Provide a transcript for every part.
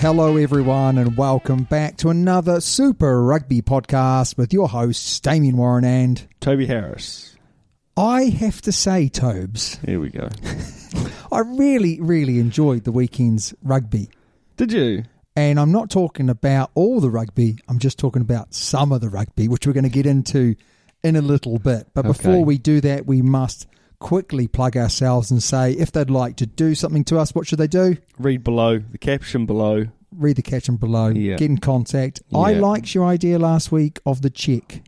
Hello, everyone, and welcome back to another Super Rugby podcast with your hosts, Damien Warren. And Toby Harris. I have to say, Tobes, Here we go. I really, really enjoyed the weekend's rugby. Did you? And I'm not talking about all the rugby, I'm just talking about some of the rugby, which we're going to get into in a little bit. But before Okay. we do that, we must quickly plug ourselves and say if they'd like to do something to us, what should they do? Read below, the caption below. read the caption below, Yeah. get in contact. I Yeah. liked your idea last week of the check,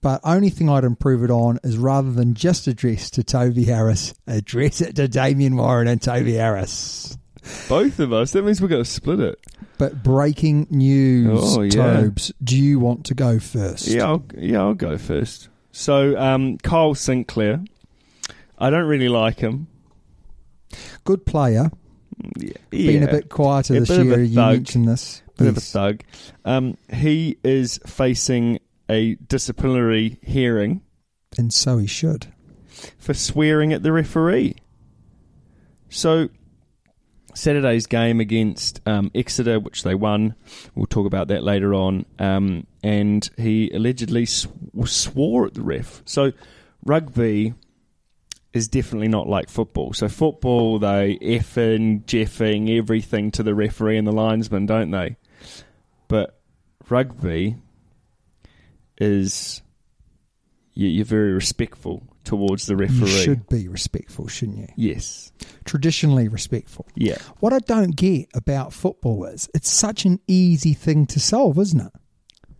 but only thing I'd improve it on is rather than just address to Toby Harris, address it to Damien Warren and Toby Harris. Both of us. That means we're going to split it. But breaking news, Oh, yeah. Tobes, do you want to go first? Yeah, I'll, yeah, I'll go first. So, um, Kyle Sinclair. I don't really like him. Good player. Yeah. Been a bit quieter A this bit of a year. You thug. mentioned this. Bit of a Yes. thug. Um, he is facing a disciplinary hearing And so he should. for swearing at the referee. So, Saturday's game against um, Exeter, which they won, we'll talk about that later on, um, and he allegedly sw- swore at the ref. So, rugby is definitely not like football. So, football, they effing, jeffing everything to the referee and the linesman, don't they? But rugby is you- you're very respectful towards the referee. You should be respectful, shouldn't you? Yes. Traditionally respectful. Yeah. What I don't get about football is it's such an easy thing to solve, isn't it?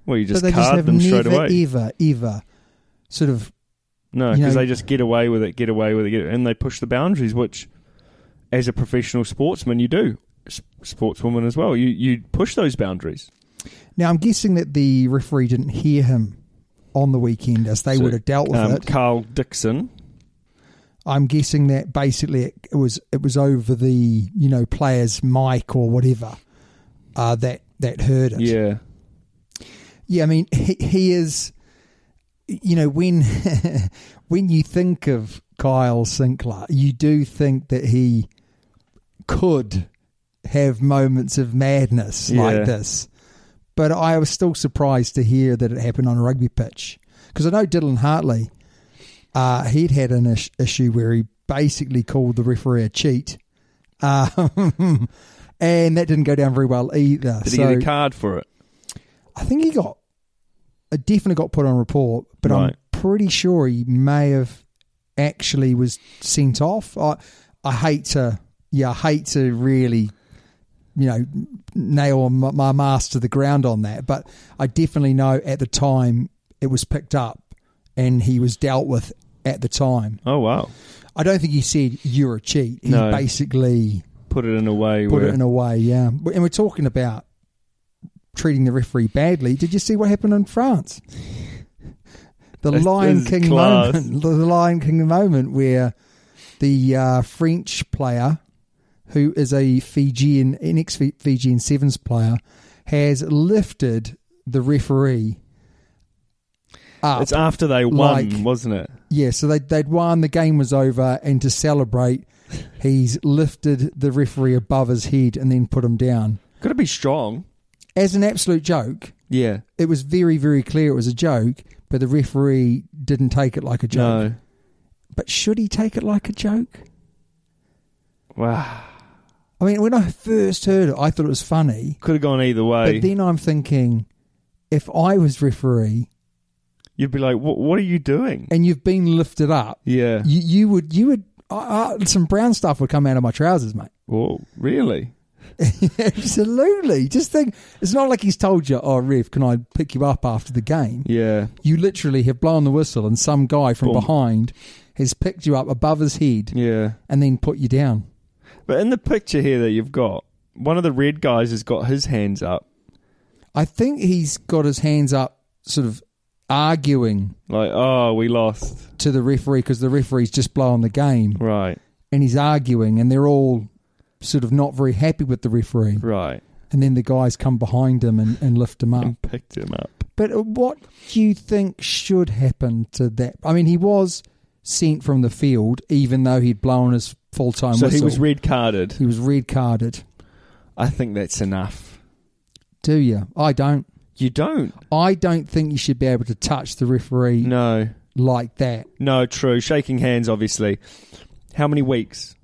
Well, you just but they card just have them never, straight away. ever, ever sort of No, you because know- they just get away with it, get away with it, get it, and they push the boundaries, which, as a professional sportsman, you do, S- sportswoman as well. You you push those boundaries. now. I'm guessing that the referee didn't hear him on the weekend as they So, would have dealt with um, it. Carl Dixon. I'm guessing that basically it, it was it was over the you know player's mic or whatever uh, that that heard it. Yeah. Yeah, I mean, he, he is. You know, when when you think of Kyle Sinclair, you do think that he could have moments of madness Yeah. like this. But I was still surprised to hear that it happened on a rugby pitch because I know Dylan Hartley. Uh, he'd had an is- issue where he basically called the referee a cheat, um, and that didn't go down very well either. Did so, he get a card for it? I think he got, I definitely got put on report, but Right. I'm pretty sure he may have actually was sent off. I, I hate to, yeah, I hate to really, you know, nail my, my mask to the ground on that, but I definitely know at the time it was picked up and he was dealt with at the time. Oh wow. I don't think he said you're a cheat. He No. basically Put it in a way put where it in a way, yeah. And we're talking about treating the referee badly. Did you see what happened in France? The That's- Lion that's King class. moment, the Lion King moment where the uh, French player, who is a Fijian, an ex Fijian Sevens player, has lifted the referee. Up. it's after they won, Like- wasn't it? Yeah, so they'd, they'd won, the game was over, and to celebrate, he's lifted the referee above his head and then put him down. Got to be strong. As an absolute joke, Yeah. it was very, very clear it was a joke, but the referee didn't take it like a joke. No. But should he take it like a joke? Wow. I mean, when I first heard it, I thought it was funny, Could have gone either way. but then I'm thinking, if I was referee You'd be like, "What? What are you doing?" and you've been lifted up, Yeah. you, you would, you would, uh, uh, some brown stuff would come out of my trousers, mate. Whoa, really? Absolutely. Just think, it's not like he's told you, oh, Rev, can I pick you up after the game? Yeah. You literally have blown the whistle, and some guy from Boom. behind has picked you up above his head Yeah. and then put you down. But in the picture here that you've got, one of the red guys has got his hands up, I think he's got his hands up, sort of arguing like, "Oh, we lost." to the referee because the referee's just blowing the game, Right. and he's arguing, and they're all sort of not very happy with the referee. Right. And then the guys come behind him and, and lift him up. And picked him up. But uh, what do you think should happen to that? I mean, he was sent from the field, even though he'd blown his full time so whistle. he was red carded. he was red carded. I think that's enough. Do you? I don't. You don't. I don't think you should be able to touch the referee No. like that. No. True. Shaking hands, obviously. How many weeks?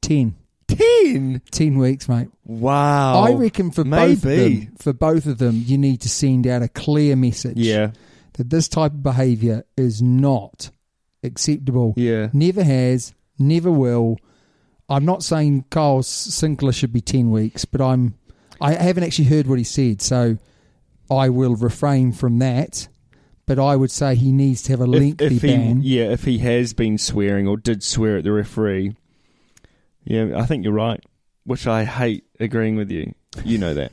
Ten. Ten. Ten weeks, mate. Wow. I reckon for Oh, maybe. both of them, for both of them, you need to send out a clear message Yeah. that this type of behaviour is not acceptable. Yeah. never has, never will. I'm not saying Kyle S- Sinclair should be ten weeks, but I'm I haven't actually heard what he said, so I will refrain from that. But I would say he needs to have a lengthy he, ban. Yeah, if he has been swearing or did swear at the referee, yeah, I think you're right. Which I hate agreeing with you. You know that.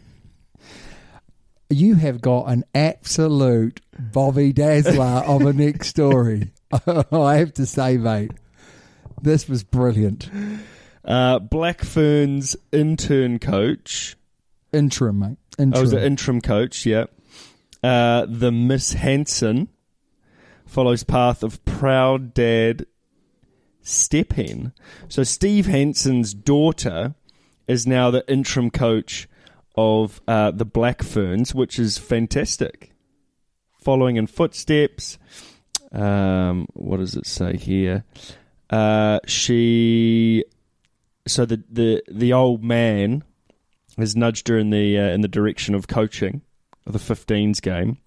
You have got an absolute Bobby Dazzler of a next story. Oh, I have to say, mate, this was brilliant. Uh, Black Fern's intern coach. Interim, mate. Interim. I was the interim coach. Yeah, uh, the Miss Hanson follows path of proud dad Step Hen. So Steve Hanson's daughter is now the interim coach of uh, the Black Ferns, which is fantastic. Following in footsteps. Um, what does it say here? Uh, she. So the, the the old man has nudged her in the uh, in the direction of coaching of the 15s game.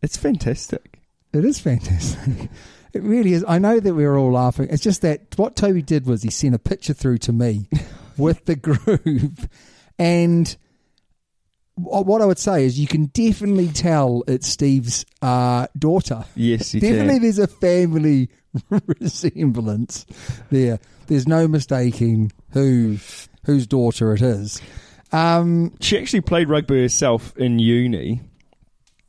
It's fantastic. It is fantastic. It really is. I know that we were all laughing. It's just that what Toby did was he sent a picture through to me with the group. And wh- what I would say is you can definitely tell it's Steve's uh, daughter. Yes, you definitely can. there's a family resemblance there. There's no mistaking who whose daughter it is. Um, She actually played rugby herself in uni,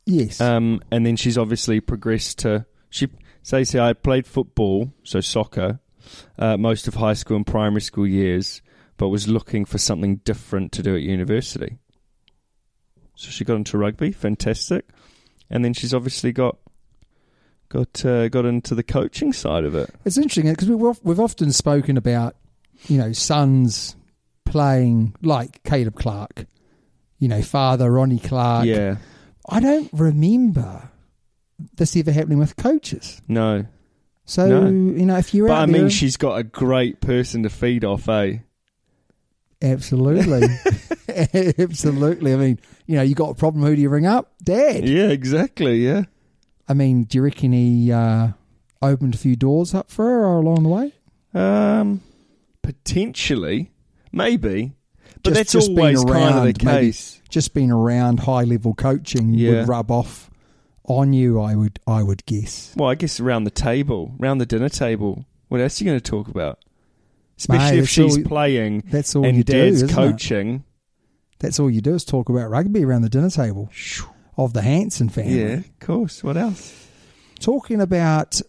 yes. um, and then she's obviously progressed to. She says, "I played football, so soccer, uh, most of high school and primary school years, but was looking for something different to do at university. So she got into rugby, fantastic, and then she's obviously got got uh, got into the coaching side of it. It's interesting because we've of- we've often spoken about you know sons playing like Caleb Clark, you know father Ronnie Clark. Yeah, I don't remember this ever happening with coaches. no, So No. you know if you're but out I mean, there, she's got a great person to feed off, eh? absolutely, absolutely. I mean you know you got a problem. Who do you ring up? Dad. Yeah, exactly. Yeah. I mean, do you reckon he uh, opened a few doors up for her along the way? Um, potentially, maybe, but Just- that's just being always kind of the around, maybe. case. Just being around high level coaching Yeah. would rub off on you. I would I would guess. Well, I guess around the table, around the dinner table, What else are you going to talk about? Especially if that's she's all- playing that's all and you do, dad's isn't it? coaching. That's all you do is talk about rugby around the dinner table of the Hanson family. Yeah, of course. What else? Talking about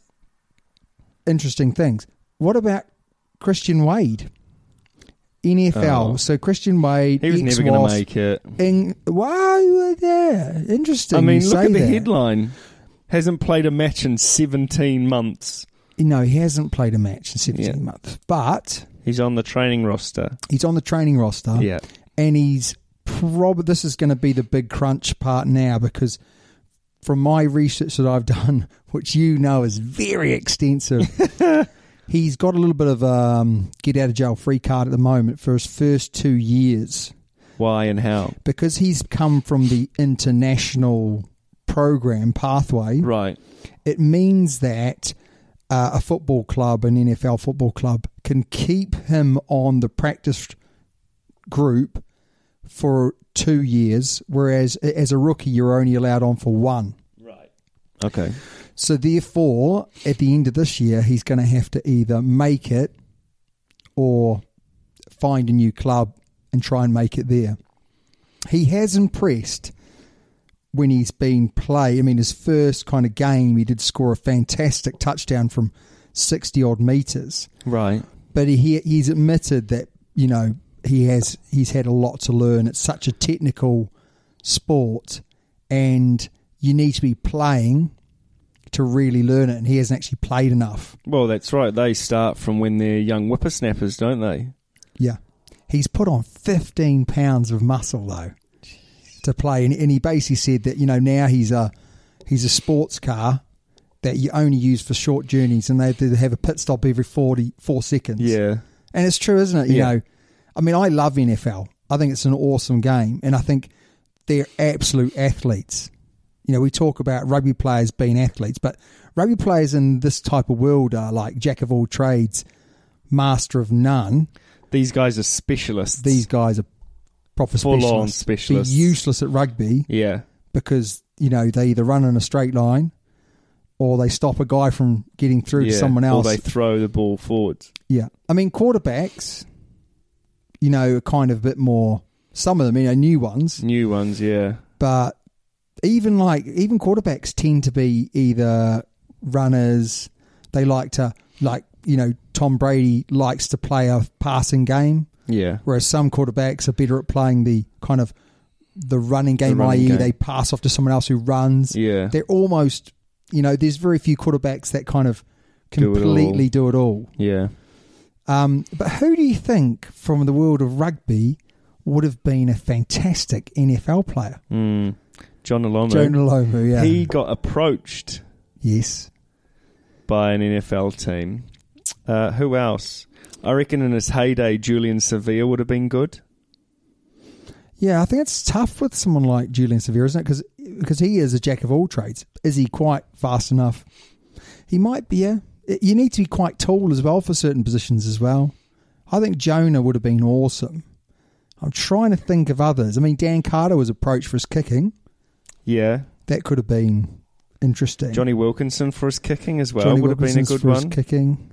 interesting things. What about Christian Wade? NFL. Oh. So Christian Wade. He was never going to make it. In, why were there? Interesting. I mean, you look say at the that. headline. Hasn't played a match in 17 months. No, he hasn't played a match in 17 Yeah. months, but He's on the training roster. he's on the training roster. Yeah. and he's probably this is going to be the big crunch part now because from my research that I've done, which you know is very extensive, he's got a little bit of um, get out of jail free card at the moment for his first two years Why and how? because he's come from the international program pathway. Right. It means that. Uh, a football club, an NFL football club, can keep him on the practice group for two years, whereas a- as a rookie, you're only allowed on for one. Okay. So, therefore, at the end of this year, he's going to have to either make it or find a new club and try and make it there. He has impressed when he's been play. I mean, his first kind of game, he did score a fantastic touchdown from 60 odd metres Right. but he he's admitted that you know he has he's had a lot to learn. It's such a technical sport, and you need to be playing to really learn it. And he hasn't actually played enough. Well, that's right. They start from when they're young whippersnappers, don't they? Yeah, he's put on fifteen pounds of muscle though to play, and, and he basically said that you know now he's a he's a sports car. That you only use for short journeys, and they they have a pit stop every 44 seconds. Yeah. And it's true, isn't it? You Yeah. know, I mean, I love NFL. I think it's an awesome game. And I think they're absolute athletes. You know, we talk about rugby players being athletes, but rugby players in this type of world are like jack of all trades, master of none. These guys are specialists. These guys are proper Full-on specialists. specialists. They're useless at rugby Yeah. because, you know, they either run in a straight line or they stop a guy from getting through yeah. to someone else. Or they throw the ball forwards. Yeah. I mean, quarterbacks, you know, are kind of a bit more, some of them, you know, new ones, New ones, yeah. but even like, even quarterbacks tend to be either runners, they like to, like, you know, Tom Brady likes to play a passing game, Yeah. whereas some quarterbacks are better at playing the kind of the running game, running i.e., game. they pass off to someone else who runs. Yeah. They're almost, you know, there's very few quarterbacks that kind of Do it all. completely do it all. Yeah. Um, but who do you think from the world of rugby would have been a fantastic NFL player? Mm. John Alomo. Joe Nalomu, yeah. He got approached yes. by an NFL team. Uh, who else? I reckon in his heyday, Julian Sevilla would have been good. Yeah, I think it's tough with someone like Julian Severe, isn't it? Because he is a jack of all trades. Is he quite fast enough? He might be, yeah. You need to be quite tall as well for certain positions as well. I think Jonah would have been awesome. I'm trying to think of others. I mean, Dan Carter was approached for his kicking. Yeah. That could have been interesting. Johnny Wilkinson for his kicking as well Johnny would have been a Wilkinson's good for his one. kicking.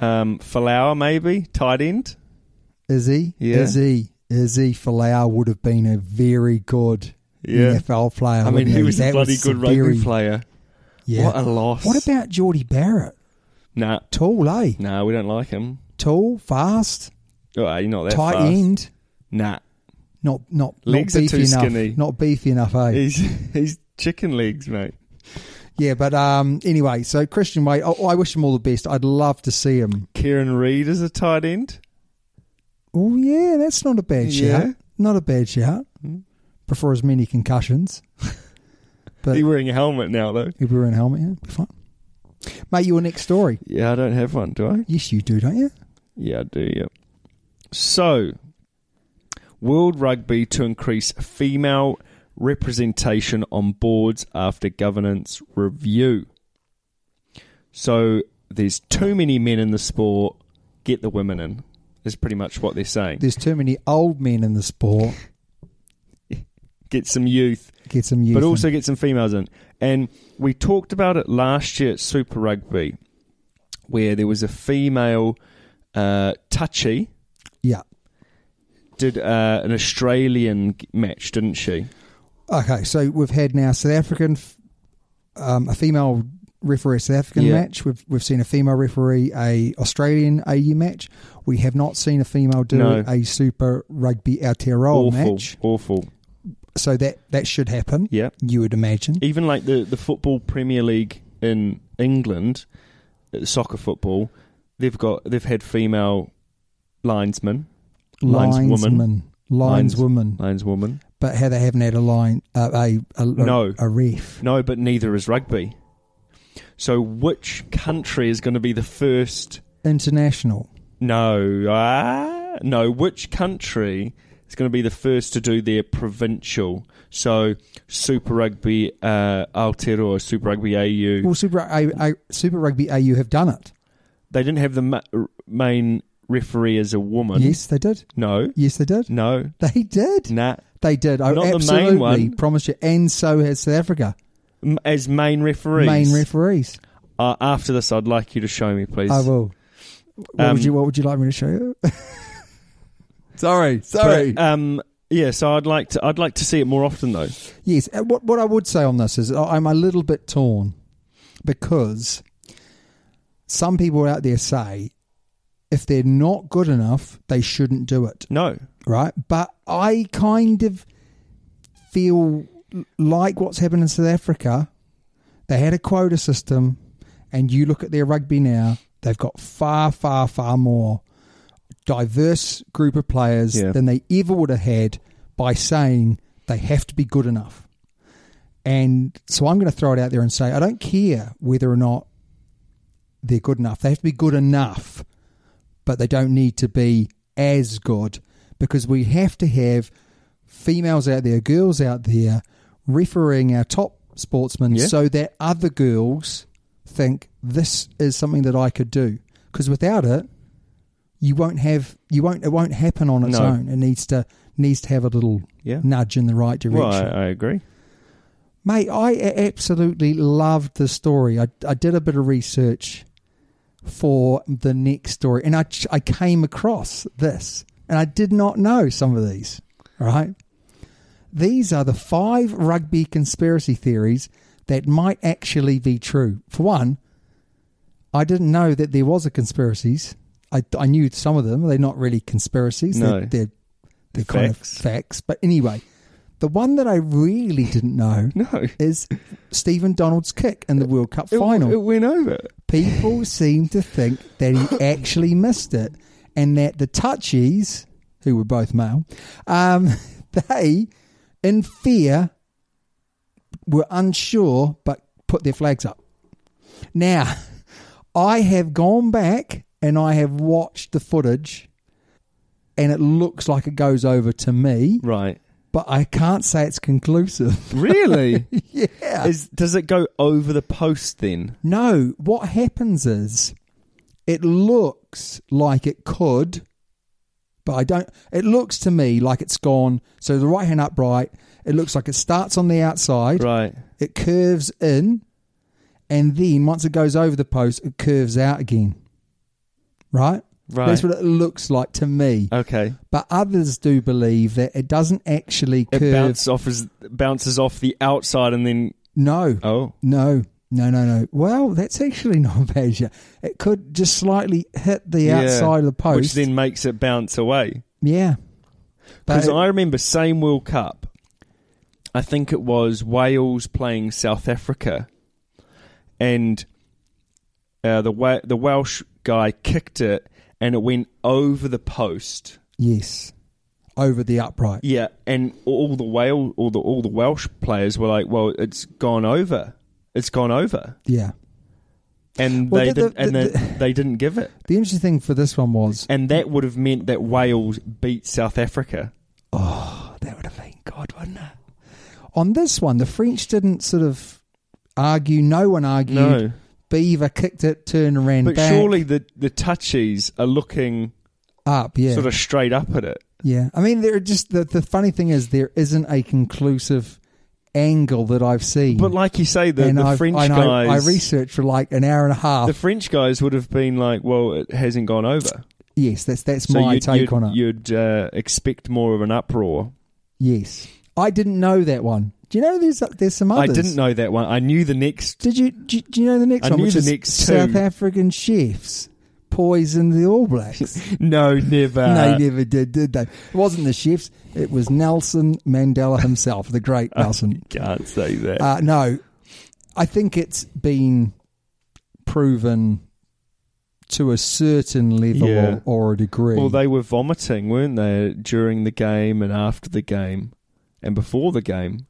Um, Falauer maybe tight end. Is he? Yeah. Is he? Is he? Falau would have been a very good Yeah. NFL player. I mean, wouldn't he was a That bloody good rugby very- player. Yeah. What a loss. What about Geordie Barrett? Nah, Tall, eh? nah, we don't like him. Tall, fast, Oh, you're not that tight fast. end. Nah, Not not Legs are not beefy too enough. skinny. Not beefy enough, eh? he's he's chicken legs, mate. yeah, but um, anyway, so Christian Wade, oh, I wish him all the best. I'd love to see him. Kieran Reid is a tight end. Oh yeah, that's not a bad Yeah. Hmm. shout. Not a bad shout. Before as many concussions. but He's wearing a helmet now though. if we were in a helmet, yeah, it'd be fine. Mate, your next story. Yeah, I don't have one, do I? Yes, you do, don't you? Yeah, I do. Yeah. So, World Rugby to increase female representation on boards after governance review. So there's too many men in the sport. Get the women in. Is pretty much what they're saying. There's too many old men in the sport. Get some youth. Get some youth. but in. also get some females in. And we talked about it last year at Super Rugby where there was a female uh, touchy Yeah. did uh, an Australian g- match, didn't she? Okay, so we've had now South African, f- um, a female referee South African Yeah. match. We've we've seen a female referee a Australian AU match. We have not seen a female do No. a Super Rugby Aotearoa awful, Oh, match. awful. So that that should happen. Yeah. you would imagine. Even like the the football Premier League in England, uh, soccer football, they've got they've had female linesmen, linesman, lineswoman, lineswoman, lineswoman. but how they haven't had a line uh, a, a No. a ref. No, but neither is rugby. So which country is going to be the first? International. No, ah, no. Which country is going to be the first to do their provincial? So Super Rugby uh, Aotearoa, Super Rugby AU. Well, Super A, A, Super Rugby AU have done it. They didn't have the ma- r- main referee as a woman. Yes, they did. No. Yes, they did. No. They did. Nah. They did. I Mm. Not the main absolutely one. promise you. And so has South Africa. M- As main referees. Main referees. Uh, after this, I'd like you to show me, please. I will. What Um, would you What would you like me to show you? sorry, sorry. But, um, yeah. So I'd like to. I'd like to see it more often, though. yes. uh, What What I would say on this is I- I'm a little bit torn because some people out there say if they're not good enough, they shouldn't do it. No. right? But I kind of feel like what's happened in South Africa. They had a quota system, and you look at their rugby now, they've got far, far, far more diverse group of players Yeah. than they ever would have had by saying they have to be good enough. And so I'm going to throw it out there and say I don't care whether or not they're good enough. They have to be good enough, but they don't need to be as good because we have to have females out there, girls out there refereeing our top sportsmen Yeah. so that other girls think this is something that I could do. Because without it, you won't have you won't it won't happen on its No. own. It needs to needs to have a little Yeah. nudge in the right direction. Well, I, I agree. Mate, I a- absolutely loved the story. I, I did a bit of research for the next story, and I, ch- I came across this, and I did not know some of these, right? These are the five rugby conspiracy theories that might actually be true. For one, I didn't know that there was a conspiracies. I, I knew some of them. They're not really conspiracies. No. They're, they're, they're kind of Facts. facts. But anyway, the one that I really didn't know No. is Stephen Donald's kick in the World Cup Uh, It- final. It went over. People seem to think that he actually missed it and that the touchies, who were both male, um, they, in fear, were unsure but put their flags up. Now, I have gone back and I have watched the footage and it looks like it goes over to me, Right. but I can't say it's conclusive. Really? yeah. Is does it go over the post then? No, what happens is it looks like it could, but I don't. It looks to me like it's gone. So the right hand upright, it looks like it starts on the outside, Right. it curves in, and then once it goes over the post, it curves out again. Right? Right. Uh, That's what it looks like to me. Okay. But others do believe that it doesn't actually It curve. bounces off as, bounces off the outside and then No. oh No, no, no, no. Well, that's actually not bad. yeah. It could just slightly hit the yeah, outside of the post. which then makes it bounce away. yeah. But Because it- I remember same World Cup. I think it was Wales playing South Africa, and uh, the Wa- the Welsh guy kicked it and it went over the post. yes, over the upright. Yeah, and all the Wales, all the all the Welsh players were like, "Well, it's gone over. It's gone over," Yeah. and Well, they the- the- did, and the- they, they didn't give it. The interesting thing for this one was And that would have meant that Wales beat South Africa. oh, that would have been God, wouldn't it? On this one, the French didn't sort of argue. No one argued. No. Beaver kicked it, turned around, But back, surely the the touchies are looking up. Yeah, sort of straight up at it. Yeah, I mean, there are just the the funny thing is there isn't a conclusive angle that I've seen. But like you say, the, and the I've- French and I, guys, I researched for like an hour and a half. the French guys would have been like, "Well, it hasn't gone over." yes, that's that's my you'd, take you'd, on it. You'd uh, expect more of an uproar. yes, I didn't know that one. Do you know there's there's some others? I didn't know that one. I knew the next. Did you do, you- do you know the next I one? knew which the is next two. South African chefs poisoned the All Blacks. No, never. they never did, did they? It wasn't the chefs. It was Nelson Mandela himself, the great Oh, Nelson. Can't say that. Uh, no, I think it's been proven to a certain level Yeah. or, or a degree. well, they were vomiting, weren't they, during the game and after the game and before the game?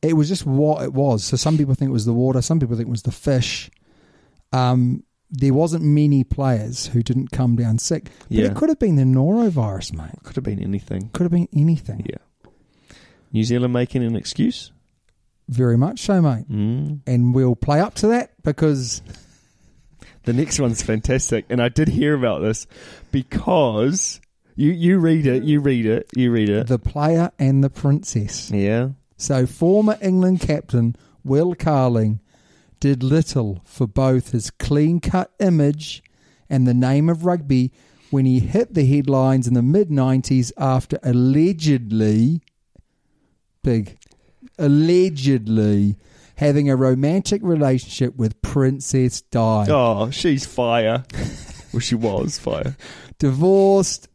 it was just what it was. So some people think it was the water, some people think it was the fish. Um, there wasn't many players who didn't come down sick, but Yeah. it could have been the norovirus, mate. Could have been anything. Could have been anything. Yeah. New Zealand making an excuse? Very much so, mate. Mm. And we'll play up to that because The next one's fantastic, and I did hear about this because you you read it, you read it, you read it. the player and the princess. yeah. So former England captain Will Carling did little for both his clean cut image and the name of rugby when he hit the headlines in the mid 90s after allegedly big allegedly having a romantic relationship with Princess Di. Oh, she's fire. well, she was fire. divorced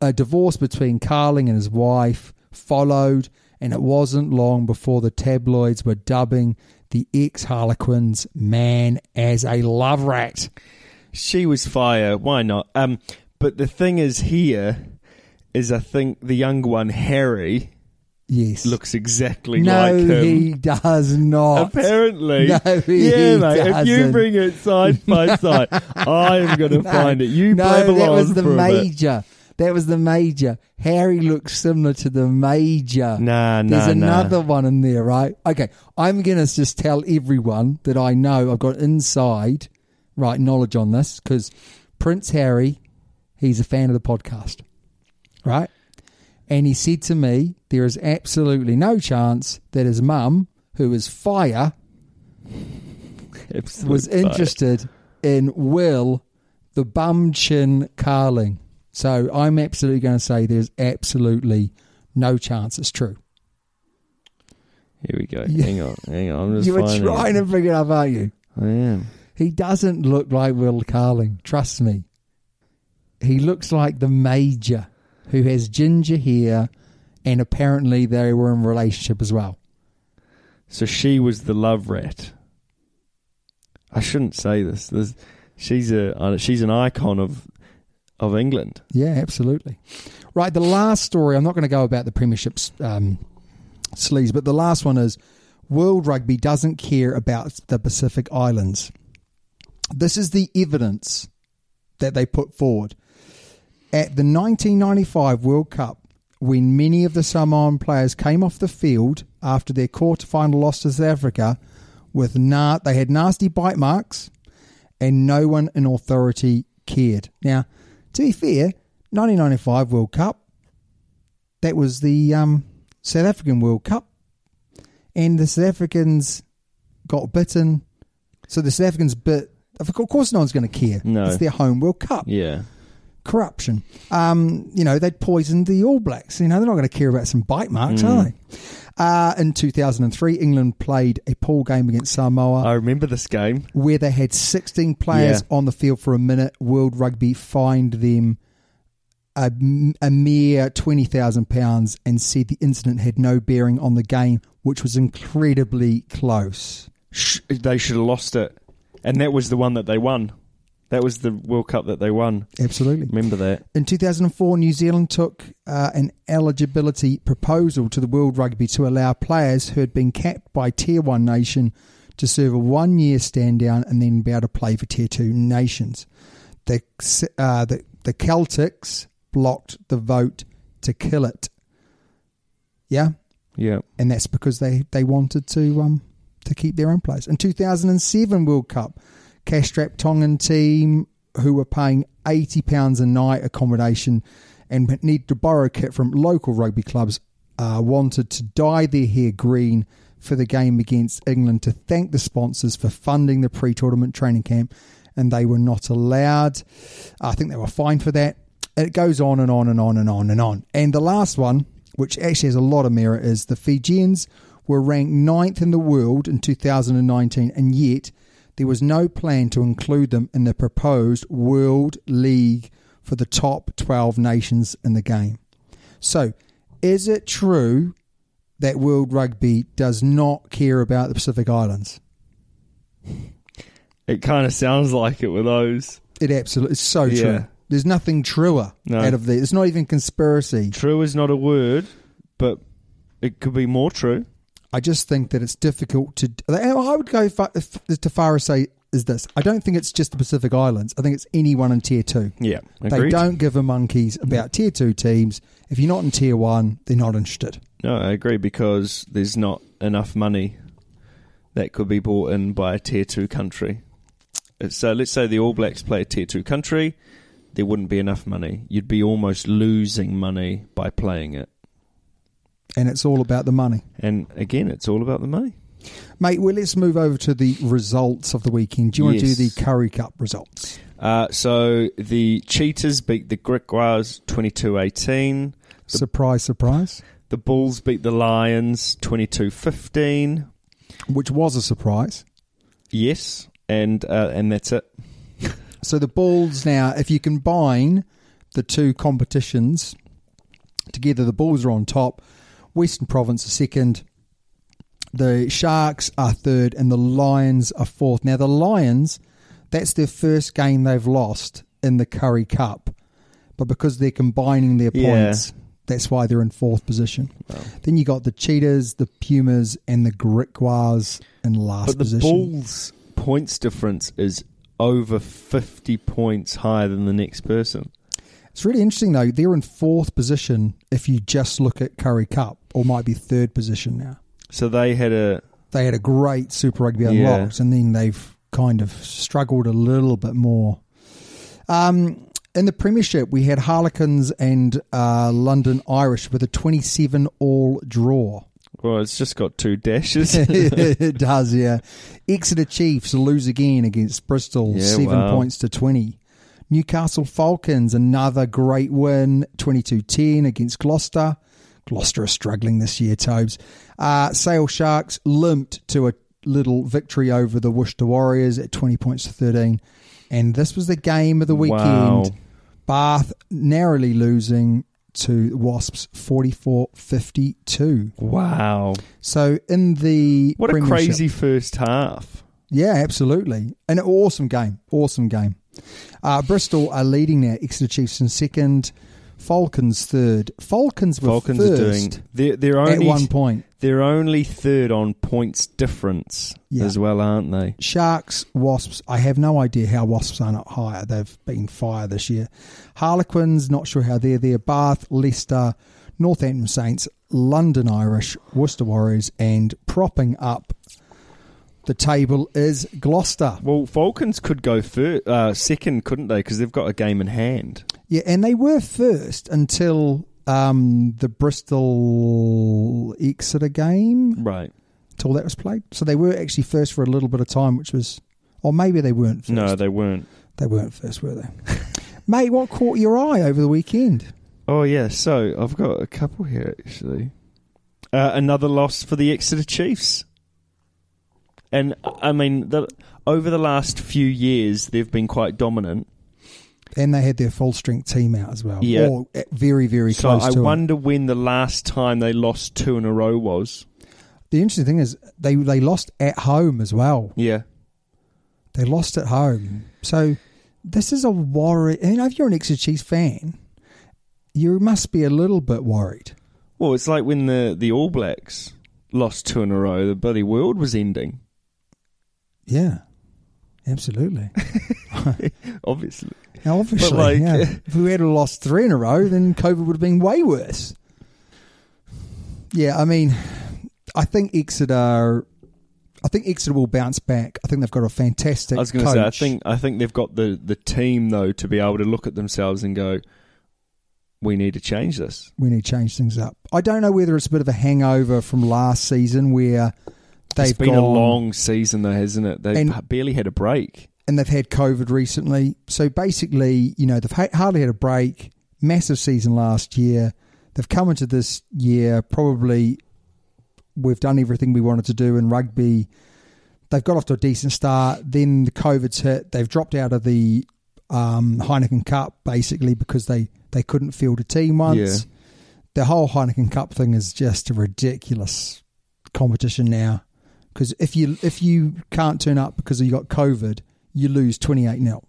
a divorce between Carling and his wife followed and it wasn't long before the tabloids were dubbing the ex Harlequins man as a love rat. She was fire. Why not? Um, but the thing is, here is I think the young one Harry Yes. looks exactly no, like him. he does not. Apparently, No, he yeah, mate. If you doesn't. bring it side by side, I am going to find it. You no, blabber that was on the for a bit. major. That was the major. Harry looks similar to the major. Nah, nah, There's nah. another one in there, right? Okay, I'm going to just tell everyone that I know I've got inside right knowledge on this because Prince Harry, he's a fan of the podcast, right? And he said to me, there is absolutely no chance that his mum, who is fire, Absolute was fire. interested in Will the bum chin Carling. So I'm absolutely going to say there's absolutely no chance it's true. Here we go. Yeah. Hang on, hang on. I'm just you were finding trying it. to bring it up, aren't you? I am. He doesn't look like Will Carling. Trust me. He looks like the major who has ginger hair, and apparently they were in a relationship as well. So she was the love rat. I shouldn't say this. this she's a uh, she's an icon of of England. Yeah, absolutely. Right, the last story, I'm not going to go about the Premiership's um, sleaze, but the last one is World Rugby doesn't care about the Pacific Islands. This is the evidence that they put forward. At the 1995 World Cup, when many of the Samoan players came off the field after their quarterfinal loss to South Africa, with na- they had nasty bite marks and no one in authority cared. Now, to be fair, 1995 World Cup, that was the um, South African World Cup, and the South Africans got bitten. So the South Africans bit. Of course, no one's going to care. No. It's their home World Cup Yeah. corruption. Um, you know, they'd poisoned the All Blacks. You know, they're not going to care about some bite marks, are Mm. they? Uh, in 2003, England played a pool game against Samoa I remember this game. where they had 16 players Oh. Yeah. on the field for a minute. World Rugby fined them a, a mere £20,000 and said the incident had no bearing on the game, which was incredibly close. Sh- they should have lost it, and that was the one that they won. That was the World Cup that they won. Absolutely. Remember that? In 2004, New Zealand took uh, an eligibility proposal to the World Rugby to allow players who had been capped by Tier 1 nation to serve a one year stand down and then be able to play for Tier 2 nations. The, uh, the, the Celtics blocked the vote to kill it. Yeah? Yeah. and that's because they, they wanted to um to keep their own players. In 2007 World Cup, Castrap Tongan team who were paying 80 pounds a night accommodation and needed to borrow kit from local rugby clubs uh, wanted to dye their hair green for the game against England to thank the sponsors for funding the pre tournament training camp, and they were not allowed. I think they were fined for that. It goes on and on and on and on and on. And the last one, which actually has a lot of merit, is the Fijians were ranked ninth in the world in 2019, and yet there was no plan to include them in the proposed World League for the top 12 nations in the game. So, is it true that World Rugby does not care about the Pacific Islands? It kind of sounds like it with those. It absolutely is so Yeah. true. There's nothing truer No. out of this. It's not even conspiracy. True is not a word, but it could be more true. I just think that it's difficult to. I would go fa- f- to far as say is this. I don't think it's just the Pacific Islands. I think it's anyone in Tier Two. Yeah, They agreed. don't give a monkeys about Tier Two teams. If you're not in Tier One, they're not interested. No, I agree because there's not enough money that could be bought in by a tier two country. Uh, So let's say the All Blacks play a tier two country, there wouldn't be enough money. You'd be almost losing money by playing it. and it's all about the money. And again, it's all about the money. Mate, well, let's move over to the results of the weekend. Do you want to Yes. do the Curry Cup results? Uh, so the Cheetahs beat the Griquas 22 18. Surprise, surprise. The Bulls beat the Lions 22 15. Which was a surprise. Yes. And, uh, and that's it. So the Bulls now, if you combine the two competitions together, the Bulls are on top. Western Province are second. The Sharks are third, and the Lions are fourth. Now the Lions, that's their first game they've lost in the Curry Cup, but because they're combining their Yeah. points, that's why they're in fourth position. Then you got the Cheetahs, the Pumas, and the Griquas in last But the position. Bulls' points difference is over 50 points higher than the next person. It's really interesting though. They're in fourth position if you just look at Curry Cup, or might be third position now. So they had a. They had a great Super Rugby Yeah. unlocked, and then they've kind of struggled a little bit more. Um, in the Premiership, we had Harlequins and uh, London Irish with a twenty-seven all draw. Well, it's just got two dashes. it does, yeah. Exeter Chiefs lose again against Bristol, Yeah, seven wow. points to 20. Newcastle Falcons, another great win, 22 10 against Gloucester. Gloucester are struggling this year, Tobes. Uh, Sale Sharks limped to a little victory over the Worcester Warriors at 20 points to 13. And this was the game of the weekend. Wow. Bath narrowly losing to the Wasps 44 52. wow. So in the What a Premiership- crazy first half. yeah, absolutely, an awesome game, awesome game. Uh, Bristol are leading now. Exeter Chiefs in second, Falcons third. Falcons were Falcons are first doing. They're, they're at only, one point. They're only third on points difference Yeah. as well, aren't they? Sharks, Wasps. I have no idea how Wasps are not higher. They've been fire this year. Harlequins, not sure how they're there. Bath, Leicester, Northampton Saints, London Irish, Worcester Warriors, and propping up the table is Gloucester. Well, Falcons could go fir- uh, second, couldn't they? Because they've got a game in hand. Yeah, and they were first until um, the Bristol Exeter game, Right. till that was played. So they were actually first for a little bit of time, which was, or maybe they weren't first. No, they weren't. They weren't first, were they? Mate, what caught your eye over the weekend? Oh yeah, so I've got a couple here actually. Uh, another loss for the Exeter Chiefs, and I mean, the, over the last few years they've been quite dominant. And they had their full strength team out as well. Yeah. Or at very, very So close I to it. wonder when the last time they lost two in a row was. The interesting thing is they, they lost at home as well. Yeah, They lost at home. So this is a worry. I mean, if you're an Exeter Chiefs fan, you must be a little bit worried. well, it's like when the the All Blacks lost two in a row. The bloody world was ending, Yeah, absolutely. obviously. Now, obviously, like- yeah, if we had lost three in a row, then COVID would have been way worse. Yeah, I mean, I think Exeter. I think Exeter will bounce back. I think they've got a fantastic. I was going to coach. say, I think I think they've got the the team though to be able to look at themselves and go, we need to change this. we need to change things up. I don't know whether it's a bit of a hangover from last season where they've it's been a gone- long season, though, hasn't it? They And- barely had a break. and they've had COVID recently. So basically, you know, they've ha- hardly had a break. Massive season last year. They've come into this year probably we've done everything we wanted to do in rugby. They've got off to a decent start. Then the COVID's hit. They've dropped out of the um, Heineken Cup basically because they they couldn't field a team once. Yeah. The whole Heineken Cup thing is just a ridiculous competition now because if you if you can't turn up because you got COVID, you lose twenty eight 0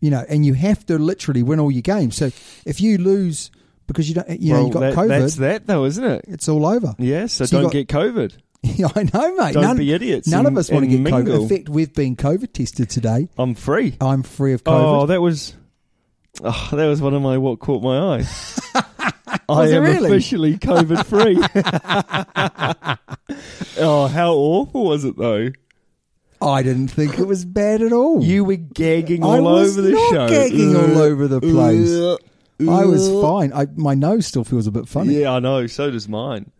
You know, and you have to literally win all your games. So if you lose because you don't, you know, you got that- COVID, That's that, though, isn't it? it's all over. Yeah, so, So you got- don't get COVID. Yeah, I know, mate. Don't none, be idiots None and- of us want to get and COVID. mingle. In fact, we've been COVID tested today. I'm free. I'm free of Oh, COVID. that was oh, that was one of my what caught my eye. I Was it am really? officially COVID free. oh, how awful was it though? I didn't think it was bad at all. You were gagging I all was over the not show. Uh, gagging all Ugh. over the place. Ugh. I was Ugh. fine. I, my nose still feels a bit funny. Yeah, I know. So does mine.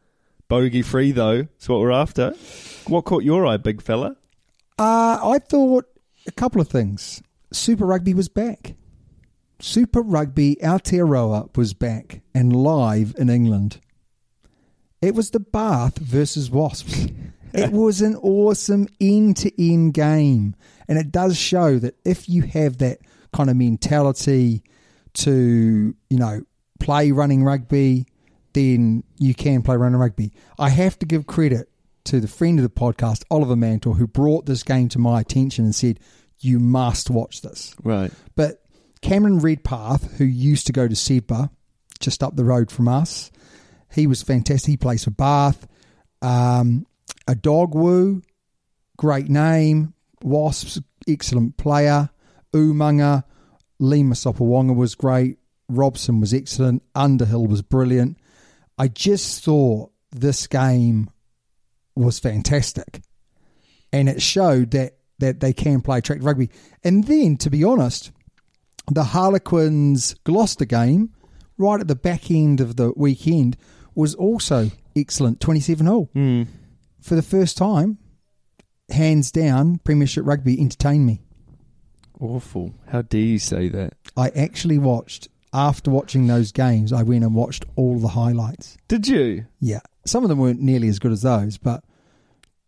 Bogey free though. That's what we're after. What caught your eye, big fella? Uh, I thought a couple of things. Super Rugby was back. Super Rugby Aotearoa was back and live in England. It was the Bath versus Wasps. it was an awesome end to end game. And it does show that if you have that kind of mentality to, you know, play running rugby, then you can play running rugby. I have to give credit to the friend of the podcast, Oliver Mantle, who brought this game to my attention and said, You must watch this. Right. But Cameron Redpath, who used to go to Sedba, just up the road from us, he was fantastic. He plays for Bath. Um, a dog woo, great name. Wasps, excellent player. Umanga, Lima Sopawonga was great. Robson was excellent. Underhill was brilliant. I just thought this game was fantastic and it showed that that they can play track rugby. And then, to be honest, the Harlequins Gloucester game, right at the back end of the weekend, was also excellent. Twenty-seven all Hmm. for the first time, hands down. Premiership rugby entertained me. Awful. How dare you say that? I actually watched after watching those games. I went and watched all the highlights. Did you? Yeah, some of them weren't nearly as good as those, but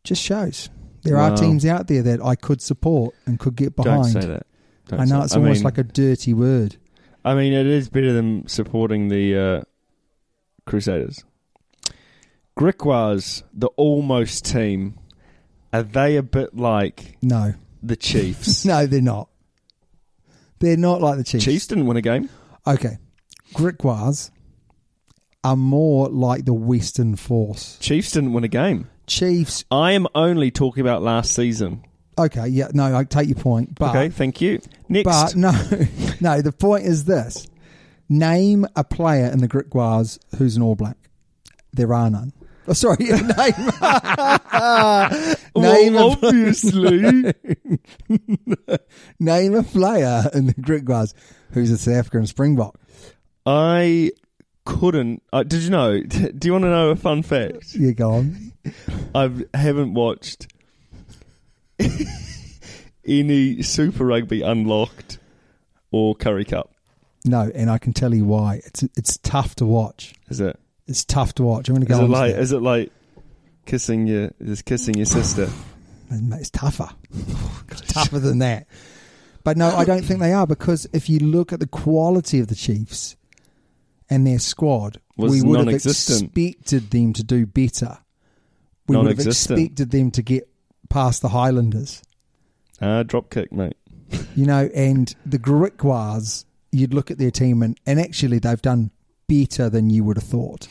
just shows there Wow. are teams out there that I could support and could get behind. Don't say that. Don't I know say- it's almost mean- like a dirty word. I mean, it is better than supporting the uh, Crusaders. Griquas, the almost team, are they a bit like No, the Chiefs? no, they're not. They're not like the Chiefs. Chiefs didn't win a game. Okay, Griquas are more like the Western Force. Chiefs didn't win a game. Chiefs. I am only talking about last season. Okay, yeah, no, I take your point, but okay, thank you. Next, but no, no. The point is this: name a player in the Griquas who's an All Black. There are none. Oh, sorry, name. well, name a- obviously, Name a player in the Greek grass who's a South African Springbok. I couldn't. Uh, did you know? Do you want to know a fun fact? You go on. I haven't watched any Super Rugby Unlocked or Curry Cup. No, and I can tell you why. It's it's tough to watch. Is it? It's tough to watch. I'm going to Is go it on. like? Like, Is it like kissing your? Is kissing your sister? it's tougher. It's tougher than that. But no, I don't think they are because if you look at the quality of the Chiefs and their squad, Was we would have non-existent. expected them to do better. We would have Non-existent. expected them to get past the Highlanders. Ah, drop kick, mate. you know, and the Griquas, you'd look at their team and, and actually they've done better than you would have thought.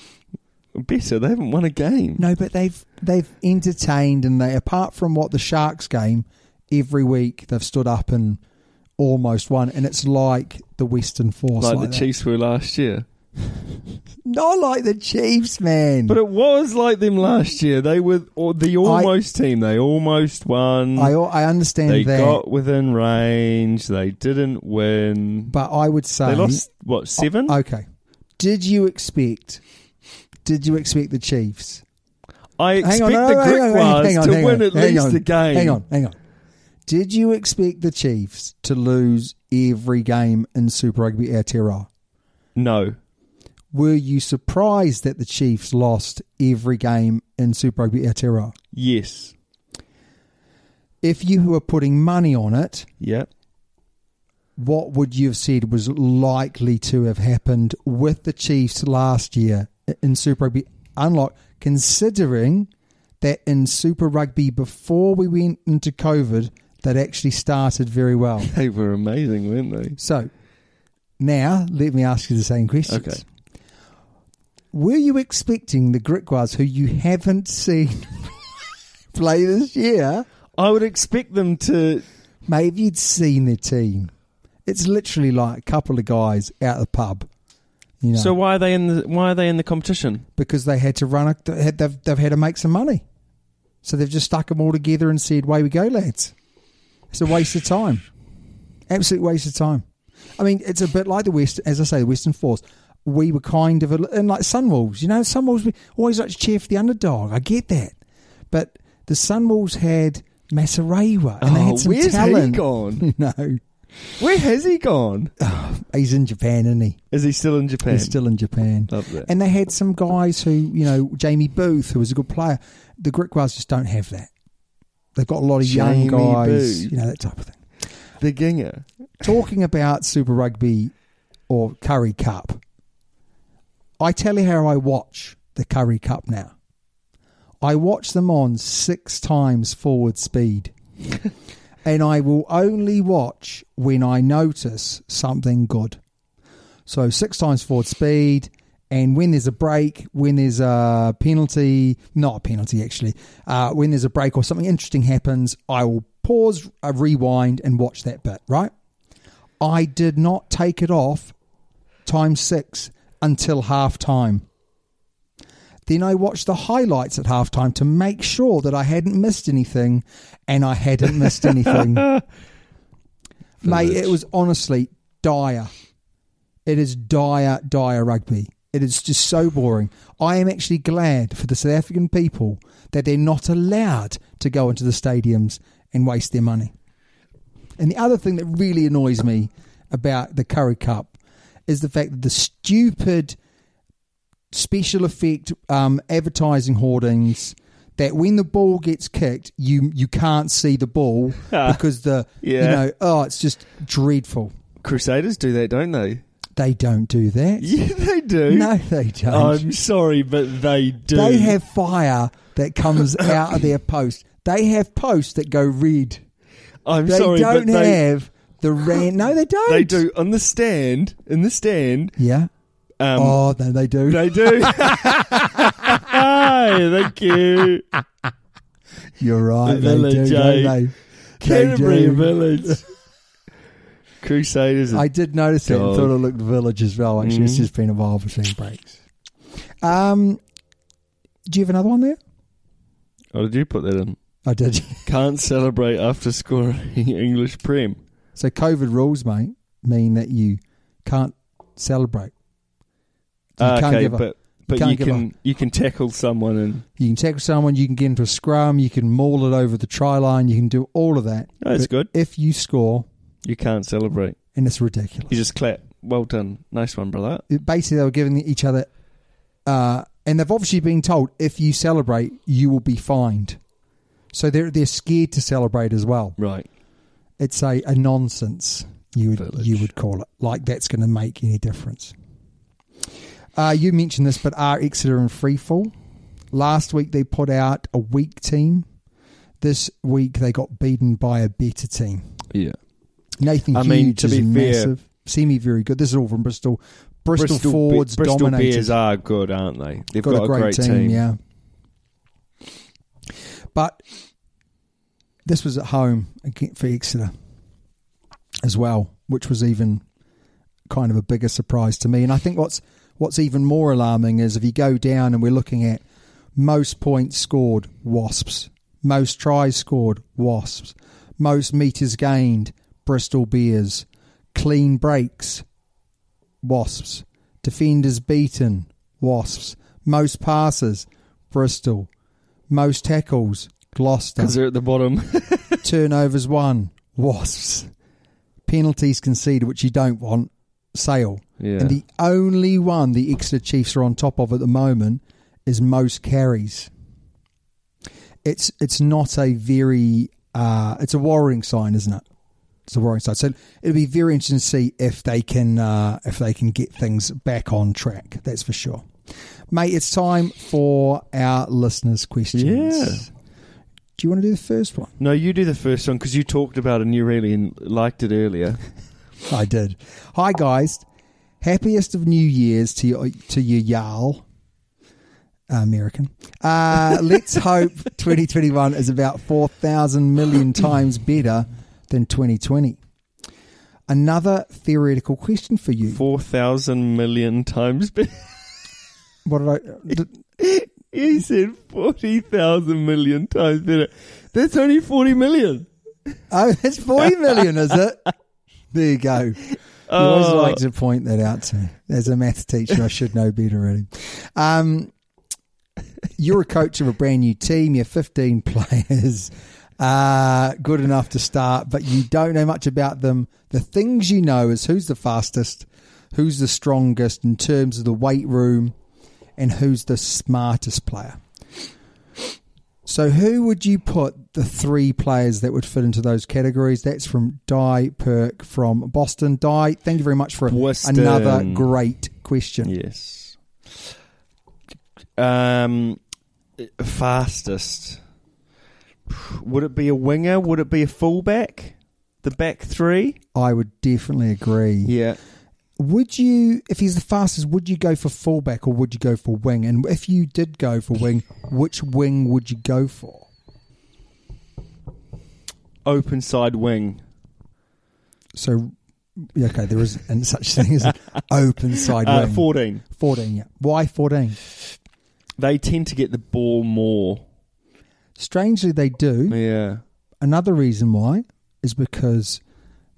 Better. They haven't won a game. No, but they've they've entertained and they apart from what the Sharks game, every week they've stood up and almost won and it's like the Western Force. like, Like, the that. Chiefs were last year. I like the Chiefs, man. But it was like them last year. They were or the almost team. They almost won. I I understand they that, got within range. They didn't win. but I would say Oh, they lost what seven? Okay, did you expect? Did you expect the Chiefs? I expect no, the no, Greek ones to hang win on, at hang least on, the game. Hang on, hang on. Did you expect the Chiefs to lose every game in Super Rugby Aotearoa? No, Were you surprised that the Chiefs lost every game in Super Rugby Aotearoa? yes, If you were putting money on it, yep. what would you have said was likely to have happened with the Chiefs last year in Super Rugby? Unlock, considering that in Super Rugby before we went into COVID, that actually started very well. They were amazing, weren't they? So now let me ask you the same questions. Okay. Were you expecting the Griquas, who you haven't seen play this year? I would expect them to. Maybe you'd seen their team. It's literally like a couple of guys out of the pub. You know, So why are they in the why are they in the competition? because they had to run, a, they had- they've, they've had to make some money. So they've just stuck them all together and said, way we go, lads. It's a waste of time. Absolute waste of time. I mean, it's a bit like the West, as I say, the Western Force. We were kind of, a, and like Sunwolves, you know, Sunwolves, we always like to cheer for the underdog. I get that. But the Sunwolves had Masarewa, and they had some Oh, where's he talent. gone? No, Where has he gone? he's in Japan, isn't he? Is he still in Japan? He's still in Japan. Love that. And they had some guys who, you know, Jamie Booth, who was a good player. The Griquas just don't have that. They've got a lot of young Jamie guys, Booth. you know, that type of thing. the Ginger. Talking about Super Rugby or Curry Cup, I tell you how I watch the Curry Cup now. I watch them on six times forward speed. and I will only watch when I notice something good. So six times forward speed, and when there's a break, when there's a penalty, not a penalty actually, uh, when there's a break or something interesting happens, I will pause, uh, rewind, and watch that bit. Right? I did not take it off time six until half time. Then I watched the highlights at halftime to make sure that I hadn't missed anything, and I hadn't missed anything. Mate, it was honestly dire. It is dire, dire rugby. It is just so boring. I am actually glad for the South African people that they're not allowed to go into the stadiums and waste their money. And the other thing that really annoys me about the Curry Cup is the fact that the stupid special effect um, advertising hoardings that when the ball gets kicked, you you can't see the ball because the you Yeah. know oh it's just dreadful. Crusaders do that, don't they? They don't do that. Yeah, they do. No, they don't. I'm sorry, but they do. They have fire that comes out of their post. They have posts that go red. I'm They sorry, don't but they, have the ran. No, they don't. they do on the stand. In the stand, Yeah. um, oh, no, they do. they do. Hi, thank you. You're right. The they village, do. don't eh? they? Canterbury do. Village. Crusaders. I did notice that and Dog. thought it looked village as well. Actually, Mm-hmm. it's just been a while between breaks. Um, do you have another one there? oh, did you put that in? I did. Can't celebrate after scoring English Prem. So COVID rules, mate, mean that you can't celebrate. You Ah, can't okay, give up. but but can't you give can you can tackle someone and You can tackle someone, you can get into a scrum, you can maul it over the try line, you can do all of that. Oh, that's But good. If you score, you can't celebrate. and it's ridiculous. You just clap. Well done. Nice one, brother. It- Basically, they were giving each other, uh, and they've obviously been told if you celebrate, you will be fined. So they're they're scared to celebrate as well. Right. It's a, a nonsense you would Village. you would call it. Like that's going to make any difference. Uh, you mentioned this, but are Exeter and Freefall? Last week they put out a weak team. This week they got beaten by a better team. Yeah. Nathan I Hughes mean, to is be fair- massive. Semi very good. This is all from Bristol. Bristol, Be- forwards Bristol dominated. Bears are good, aren't they? They've got, a great, team, yeah. But this was at home again for Exeter as well, which was even kind of a bigger surprise to me. And I think what's What's even more alarming is if you go down and we're looking at most points scored, Wasps. Most tries scored, Wasps. Most metres gained, Bristol Bears. Clean breaks, Wasps. Defenders beaten, Wasps. Most passes, Bristol. Most tackles, Gloucester. because they're at the bottom. Turnovers won, Wasps. Penalties conceded, which you don't want, Sale. Yeah. And the only one the Exeter Chiefs are on top of at the moment is most carries. It's it's not a very uh, it's a worrying sign, isn't it? It's a worrying sign. So it'll be very interesting to see if they can uh, if they can get things back on track. That's for sure, mate. It's time for our listeners' questions. Yeah. Do you want to do the first one? no, you do the first one because you talked about it and you really en- liked it earlier. I did. Hi guys, happiest of New Year's to you, to you, y'all. American. Uh, let's hope 2021 is about 4,000 million times better than 2020. Another theoretical question for you. Four thousand million times. be- What did I? Did, he said forty thousand million times better. That's only forty million. oh, it's 40 million, is it? There you go. You always like to point that out to me. As a maths teacher, I should know better, really. Um, you're a coach of a brand new team. You're 15 players, uh, good enough to start, but you don't know much about them. The things you know is who's the fastest, who's the strongest in terms of the weight room, and who's the smartest player. So, who would you put the three players that would fit into those categories? That's from Di Perk from Boston. Di, thank you very much for Boston. another great question. Yes. Um, fastest. Would it be a winger? Would it be a fullback? The back three? I would definitely agree. Yeah. Would you, if he's the fastest, would you go for fullback or would you go for wing? And if you did go for wing, which wing would you go for? Open side wing. So, yeah, okay, there is and such thing as an open side Uh, wing. 14. 14, yeah. Why 14? They tend to get the ball more. Strangely, they do. Yeah. Another reason why is because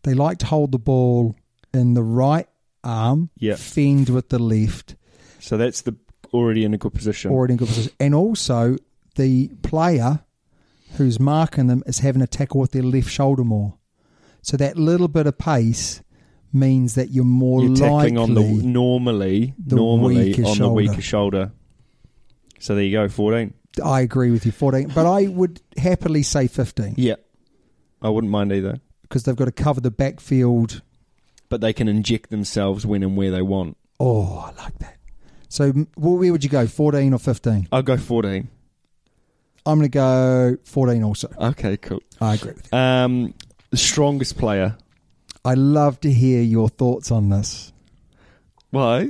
they like to hold the ball in the right arm, Yeah. fend with the left, So that's the already in a good position. or an equal position. And also, the player who's marking them is having a tackle with their left shoulder more. So that little bit of pace means that you're more You're likely. tackling on the normally the normally weaker on the weaker shoulder. shoulder. So there you go, 14. I agree with you, 14, but I would happily say 15 Yeah. I wouldn't mind either. because they've got to cover the backfield. But they can inject themselves when and where they want. Oh, I like that. So m- wh- where would you go, 14 or 15? I'll go 14. I'm going to go 14 also. Okay, cool. I agree with you. Um, the strongest player. I love to hear your thoughts on this. Why?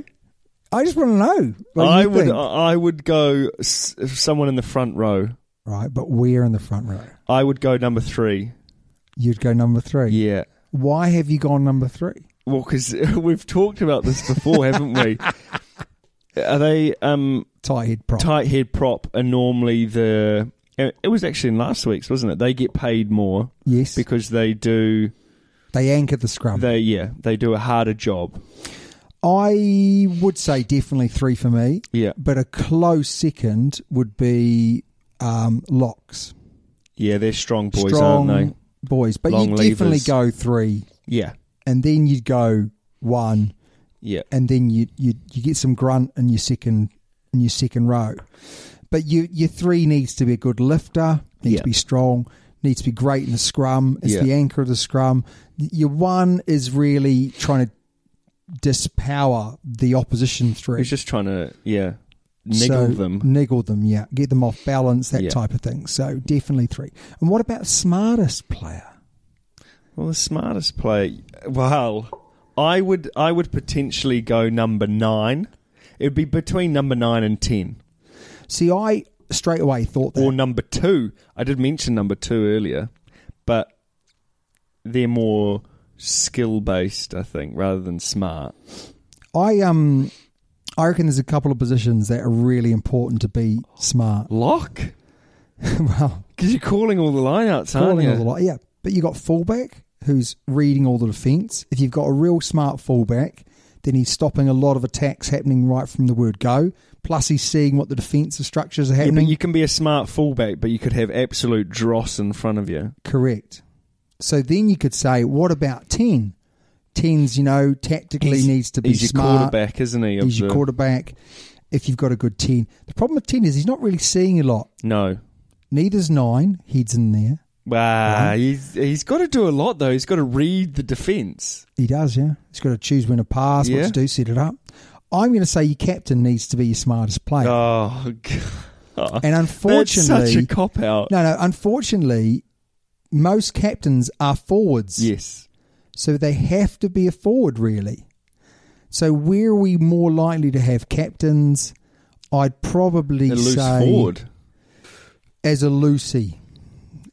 I just want to know. what I you would. uh, think. I would go s- someone in the front row. right, but we're in the front row. I would go number three. You'd go number three. Yeah. Why have you gone number three? Well, because we've talked about this before, haven't we? Are they um, Tight head prop. tight head prop? And normally the it was actually in last week's, wasn't it? They get paid more yes. Um, because they do. they anchor the scrum. They yeah, they do a harder job. I would say definitely three for me, Yeah, but a close second would be um, locks. yeah, they're strong boys, Strong aren't boys. But Long you definitely levers. go three, they? Yeah, and then you'd go one, yeah. and then you you you get some grunt in your second in your second row. But you your three needs to be a good lifter, needs Yeah. to be strong, needs to be great in the scrum. It's Yeah. the anchor of the scrum. Your one is really trying to dispower the opposition three. He's just trying to yeah So, niggle them. Niggle them, yeah. Get them off balance, that Yeah. type of thing. So definitely three. And what about smartest player? Well, the smartest player. Well, I would I would potentially go number nine. It would be between number nine and ten, See, I straight away thought that or number two. I did mention number two earlier, but they're more skill based, I think, rather than smart. I um I reckon there's a couple of positions that are really important to be smart. Lock? well, Because you're calling all the lineouts, aren't calling you? all the lot. Yeah, but you got fullback who's reading all the defence. If you've got a real smart fullback, then he's stopping a lot of attacks happening right from the word go. Plus, he's seeing what the defensive structures are yeah, happening. but you can be a smart fullback, but you could have absolute dross in front of you. Correct. So then you could say, what about ten? Tens, you know, tactically He's- needs to be he's your smart. quarterback, isn't he, of He's your the- quarterback. If you've got a good ten, the problem with ten is he's not really seeing a lot. No. Neither's nine. He's in there. Wow, he's, he's got to do a lot, though. He's got to read the defence. He does, yeah. He's got to choose when to pass, Yeah. what to do, set it up. I'm going to say your captain needs to be your smartest player. Oh, God. and That's unfortunately, such a cop out. no, no. Unfortunately, most captains are forwards, Yes. so they have to be a forward, really. So where are we more likely to have captains? I'd probably A loose say forward. as a Lucy,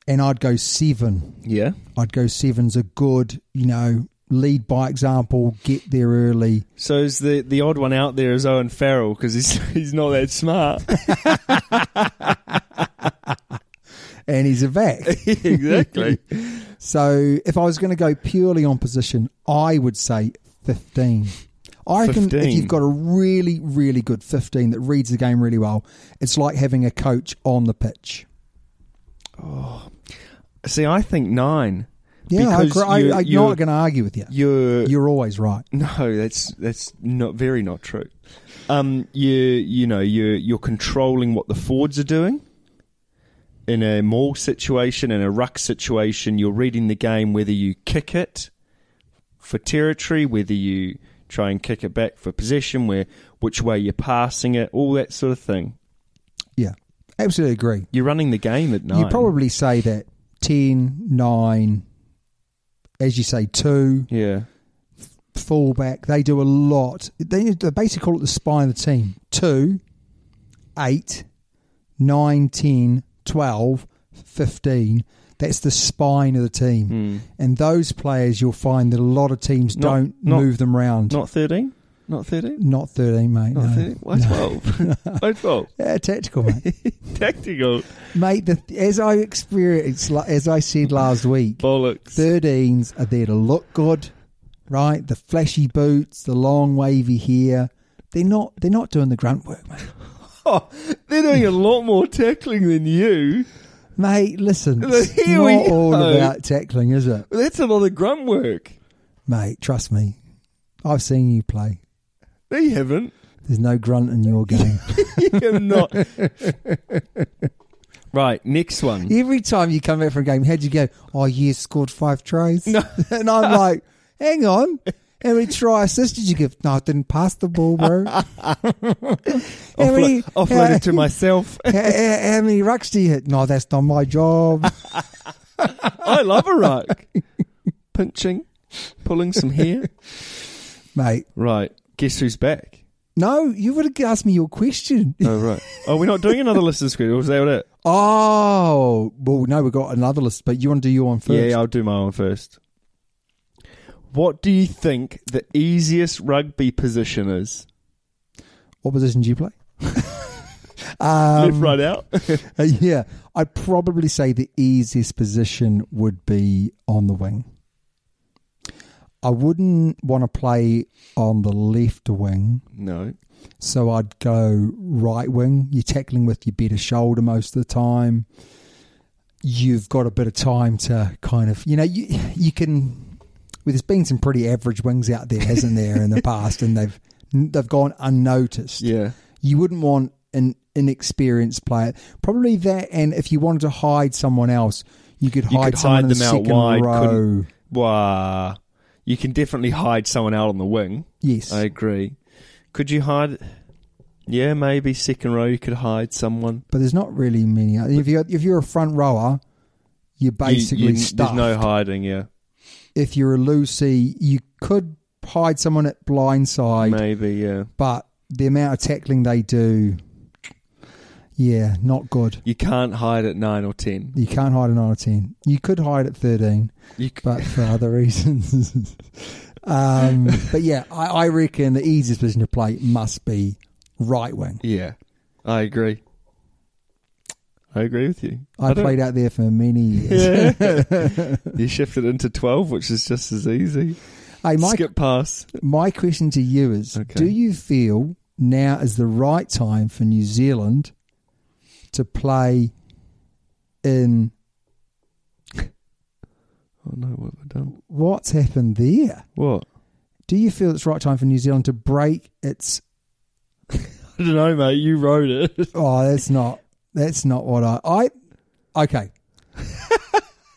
and I'd go seven. Yeah. I'd go seven's a good, you know, lead by example, get there early. So is the the odd one out there is Owen Farrell because he's he's not that smart. and he's a vac. exactly. so if I was going to go purely on position, I would say 15. I reckon 15. if you've got a really, really good 15 that reads the game really well, it's like having a coach on the pitch. See, I think nine. Yeah, I Because agree. I, you- I'm you- not going to argue with you. You're, You're always right. no, that's that's not very not true. Um, you you know you're you're controlling what the forwards are doing. In a maul situation, in a ruck situation, you're reading the game whether you kick it for territory, whether you try and kick it back for possession, where which way you're passing it, all that sort of thing. Yeah, absolutely agree. You're running the game at nine. You probably say that 10, 9, as you say, 2, yeah. fullback. They do a lot. They, they basically call it the spine of the team. Two, eight, nine, ten, twelve, fifteen. That's the spine of the team. And those players you'll find that a lot of teams Hmm. Not- don't not- move them round. Not thirteen. Not thirteen. Not 13, mate. Not no. thirteen. Why No. twelve? Why twelve? Yeah, tactical, mate. Tactical mate, the, as I experienced, as I said last week, bollocks. 13s are there to look good, right? The flashy boots, the long wavy hair. They're not they're not doing the grunt work, mate. Oh, they're doing a lot more tackling than you. Mate, listen, it's Here not we all go. about tackling, is it? That's a lot of grunt work. Mate, trust me. I've seen you play. They haven't. There's no grunt in your game. You're not. right, next one. Every time you come back from a game, how'd you go? Oh, you scored five tries. and I'm like, hang on. How many try assists did you give? No, I didn't pass the ball, bro. how, many, Offlo- offload it to how- myself. how, how- how many rucks do you hit? No, that's not my job. I love a ruck. Pinching, pulling some hair. Mate, Right, guess who's back? no, you would have asked me your question. Oh, right. Oh, we're not doing another listener's quiz. Was that it? Oh, well, no, we've got another list, but you want to do your one first? Yeah, yeah, I'll do my one first. What do you think the easiest rugby position is? What position do you play? Left, right, out. Uh, yeah, I'd probably say the easiest position would be on the wing. I wouldn't want to play on the left wing, no. so I'd go right wing. You're tackling with your better shoulder most of the time. You've got a bit of time to kind of, you know, you you can. Well, there's been some pretty average wings out there, hasn't there, in the past, and they've they've gone unnoticed Yeah. you wouldn't want an inexperienced player. Probably that, and if you wanted to hide someone else, you could You hide could someone hide in the them out second wide. row. Couldn't, wow. You can definitely hide someone out on the wing. Yes, I agree. Could you hide? Yeah, maybe second row. You could hide someone. but there's not really many. If you're if you're a front rower, you're You- you- basically stuffed. There's no hiding. Yeah, if you're a Lucy, you could hide someone at blindside, maybe. Yeah, but the amount of tackling they do, yeah, not good. you can't hide at nine or ten. You can't hide at nine or ten. You could hide at thirteen. You c- but for other reasons. Um, but yeah, I, I reckon the easiest position to play must be right wing. Yeah, I agree. I agree with you. I, don't- played out there for many years. You shifted into twelve, which is just as easy. Hey, my, Skip pass. my question to you is Okay. do you feel now is the right time for New Zealand to play in Oh no, what have I done? what's happened there? What? Do you feel it's right time for New Zealand to break its I don't know, mate. You wrote it. Oh, that's not that's not what I I okay.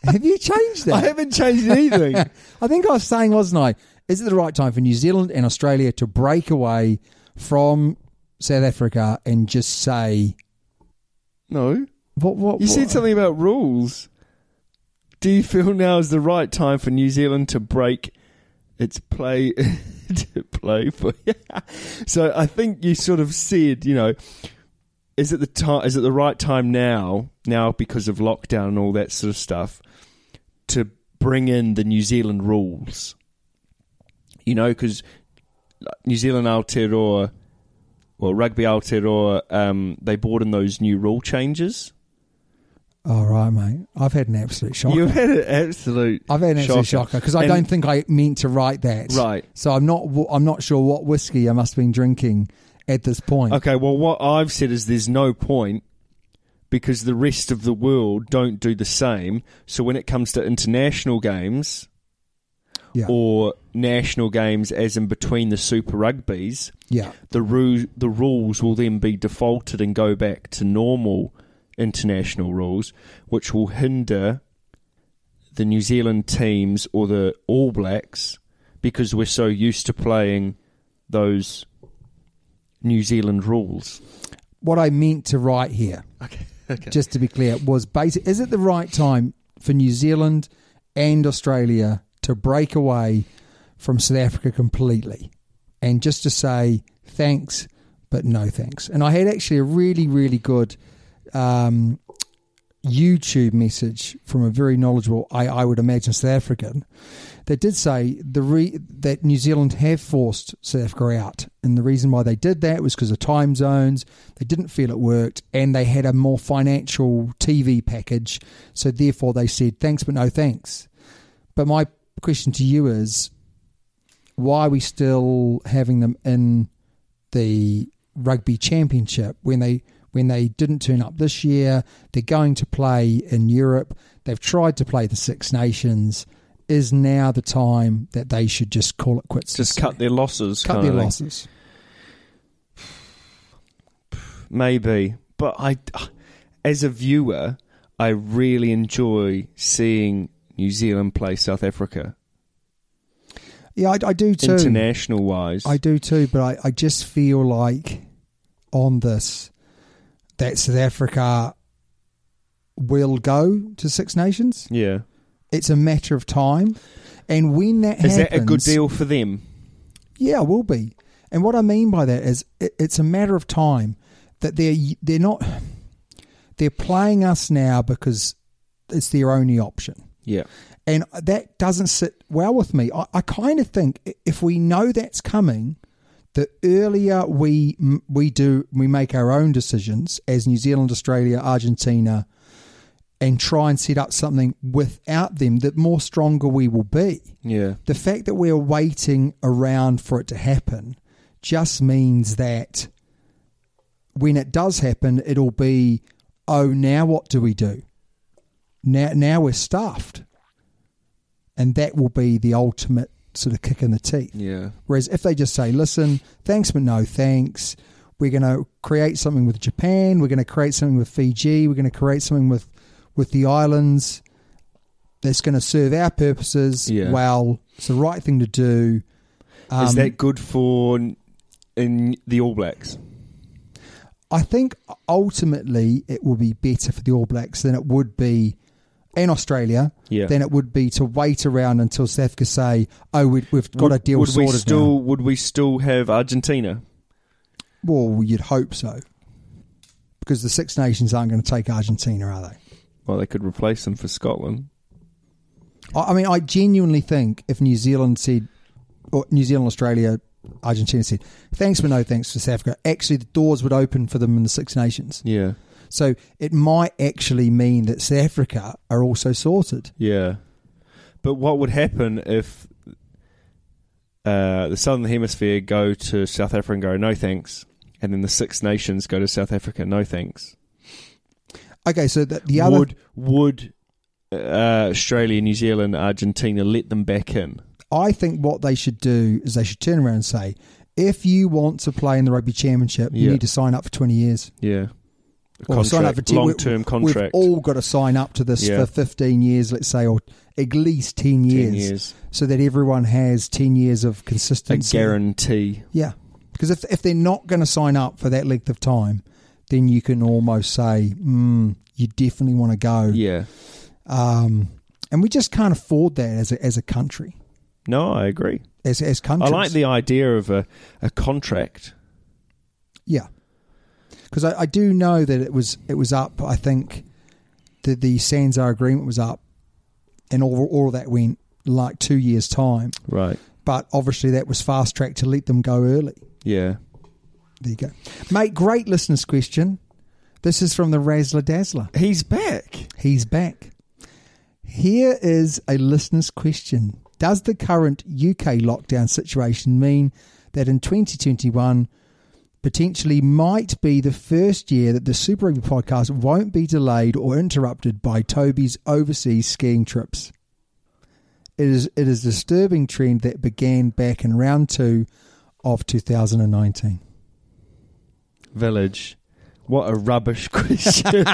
Have you changed that? I haven't changed anything. I think I was saying, wasn't I? Is it the right time for New Zealand and Australia to break away from South Africa and just say no, what? What you what? said something about rules. Do you feel now is the right time for New Zealand to break its play to play for? so I think you sort of said, you know, is it the time? Is it the right time now? Now because of lockdown and all that sort of stuff to bring in the New Zealand rules. You know, because New Zealand Aotearoa, well, rugby Aotearoa, um, they brought in those new rule changes. All right, mate. I've had an absolute shock. You've had an absolute. I've had an absolute shocker because I And- don't think I meant to write that. Right. So I'm not. I'm not sure what whiskey I must have been drinking at this point. Okay, well, what I've said is there's no point because the rest of the world don't do the same. So when it comes to international games Yeah. or national games, as in between the Super Rugbies, yeah. the ru- the rules will then be defaulted and go back to normal international rules, which will hinder the New Zealand teams or the All Blacks because we're so used to playing those New Zealand rules. What I meant to write here. Okay. okay. just to be clear, was basic. Is it the right time for New Zealand and Australia to break away from South Africa completely and just to say thanks, but no thanks? And I had actually a really, really good um, YouTube message from a very knowledgeable, I, I would imagine, South African that did say the re- that New Zealand have forced South Africa out, and the reason why they did that was because of time zones. They didn't feel it worked, and they had a more financial TV package, so therefore they said thanks but no thanks. But my question to you is, why are we still having them in the rugby championship when they when they didn't turn up this year? They're going to play in Europe. They've tried to play the Six Nations. Is now the time that they should just call it quits? Just cut their losses. cut kind their of thing. losses. maybe but i as a viewer i really enjoy seeing new zealand play south africa Yeah, I, I do too. international wise I do too, but I, I just feel like on this that South Africa will go to Six Nations. yeah It's a matter of time. And when that is happens, that a good deal for them Yeah, it will be. And what I mean by that is it, it's a matter of time that they're they're not they're playing us now because it's their only option. yeah And that doesn't sit well with me. I, I kind of think i- if we know that's coming, the earlier we m- we do we make our own decisions as New Zealand, Australia, Argentina, and try and set up something without them, the more stronger we will be yeah the fact that we're waiting around for it to happen just means that when it does happen, it'll be, oh, now what do we do? Now, now we're stuffed. And that will be the ultimate sort of kick in the teeth. yeah Whereas if they just say, listen, thanks, but no thanks, we're going to create something with Japan, we're going to create something with Fiji, we're going to create something with, with the islands that's going to serve our purposes Yeah. well, it's the right thing to do. Um, is that good for n- in the all blacks I think ultimately it will be better for the All Blacks than it would be in Australia. Yeah. Than it would be to wait around until South Africa say, "Oh, we, we've got a deal would we sorted." now. still would we still have argentina Well, you'd hope so, because the Six Nations aren't going to take Argentina, are they? well they could replace them for scotland I, I mean, I genuinely think if New Zealand said, or New Zealand, Australia, Argentina said, thanks but no thanks for South Africa. Actually, the doors would open for them in the Six Nations. Yeah. So it might actually mean that South Africa are also sorted. Yeah. But what would happen if uh, the Southern Hemisphere go to South Africa and go, no thanks, and then the Six Nations go to South Africa, no thanks? Okay, so the, the other. would would uh, Australia, New Zealand, Argentina let them back in? I think what they should do is they should turn around and say, if you want to play in the rugby championship, you Yeah. need to sign up for 20 years. Yeah. A Or sign up for contract, 10 long-term we- contract. We've all got to sign up to this Yeah. for 15 years, let's say, or at least 10 years, 10 years. so that everyone has 10 years of A consistency. guarantee. Yeah. Because if, if they're not going to sign up for that length of time, then you can almost say, mm, you definitely want to go. Yeah. Um, and we just can't afford that as a, as a country. No, I agree. As, as I countries. like the idea of a, a contract. Yeah, because I, I do know that it was it was up. I think the the Sanzar agreement was up, and all all that went like two years time. Right. But obviously that was fast tracked to let them go early. Yeah. There you go, mate. Great listeners' question. This is from the Razzler Dazzler. He's back. He's back. Here is a listener's question. Does the current UK lockdown situation mean that in 2021 potentially might be the first year that the Super Rugby podcast won't be delayed or interrupted by Toby's overseas skiing trips? It is it is a disturbing trend that began back in round 2 of 2019. Village. What a rubbish question.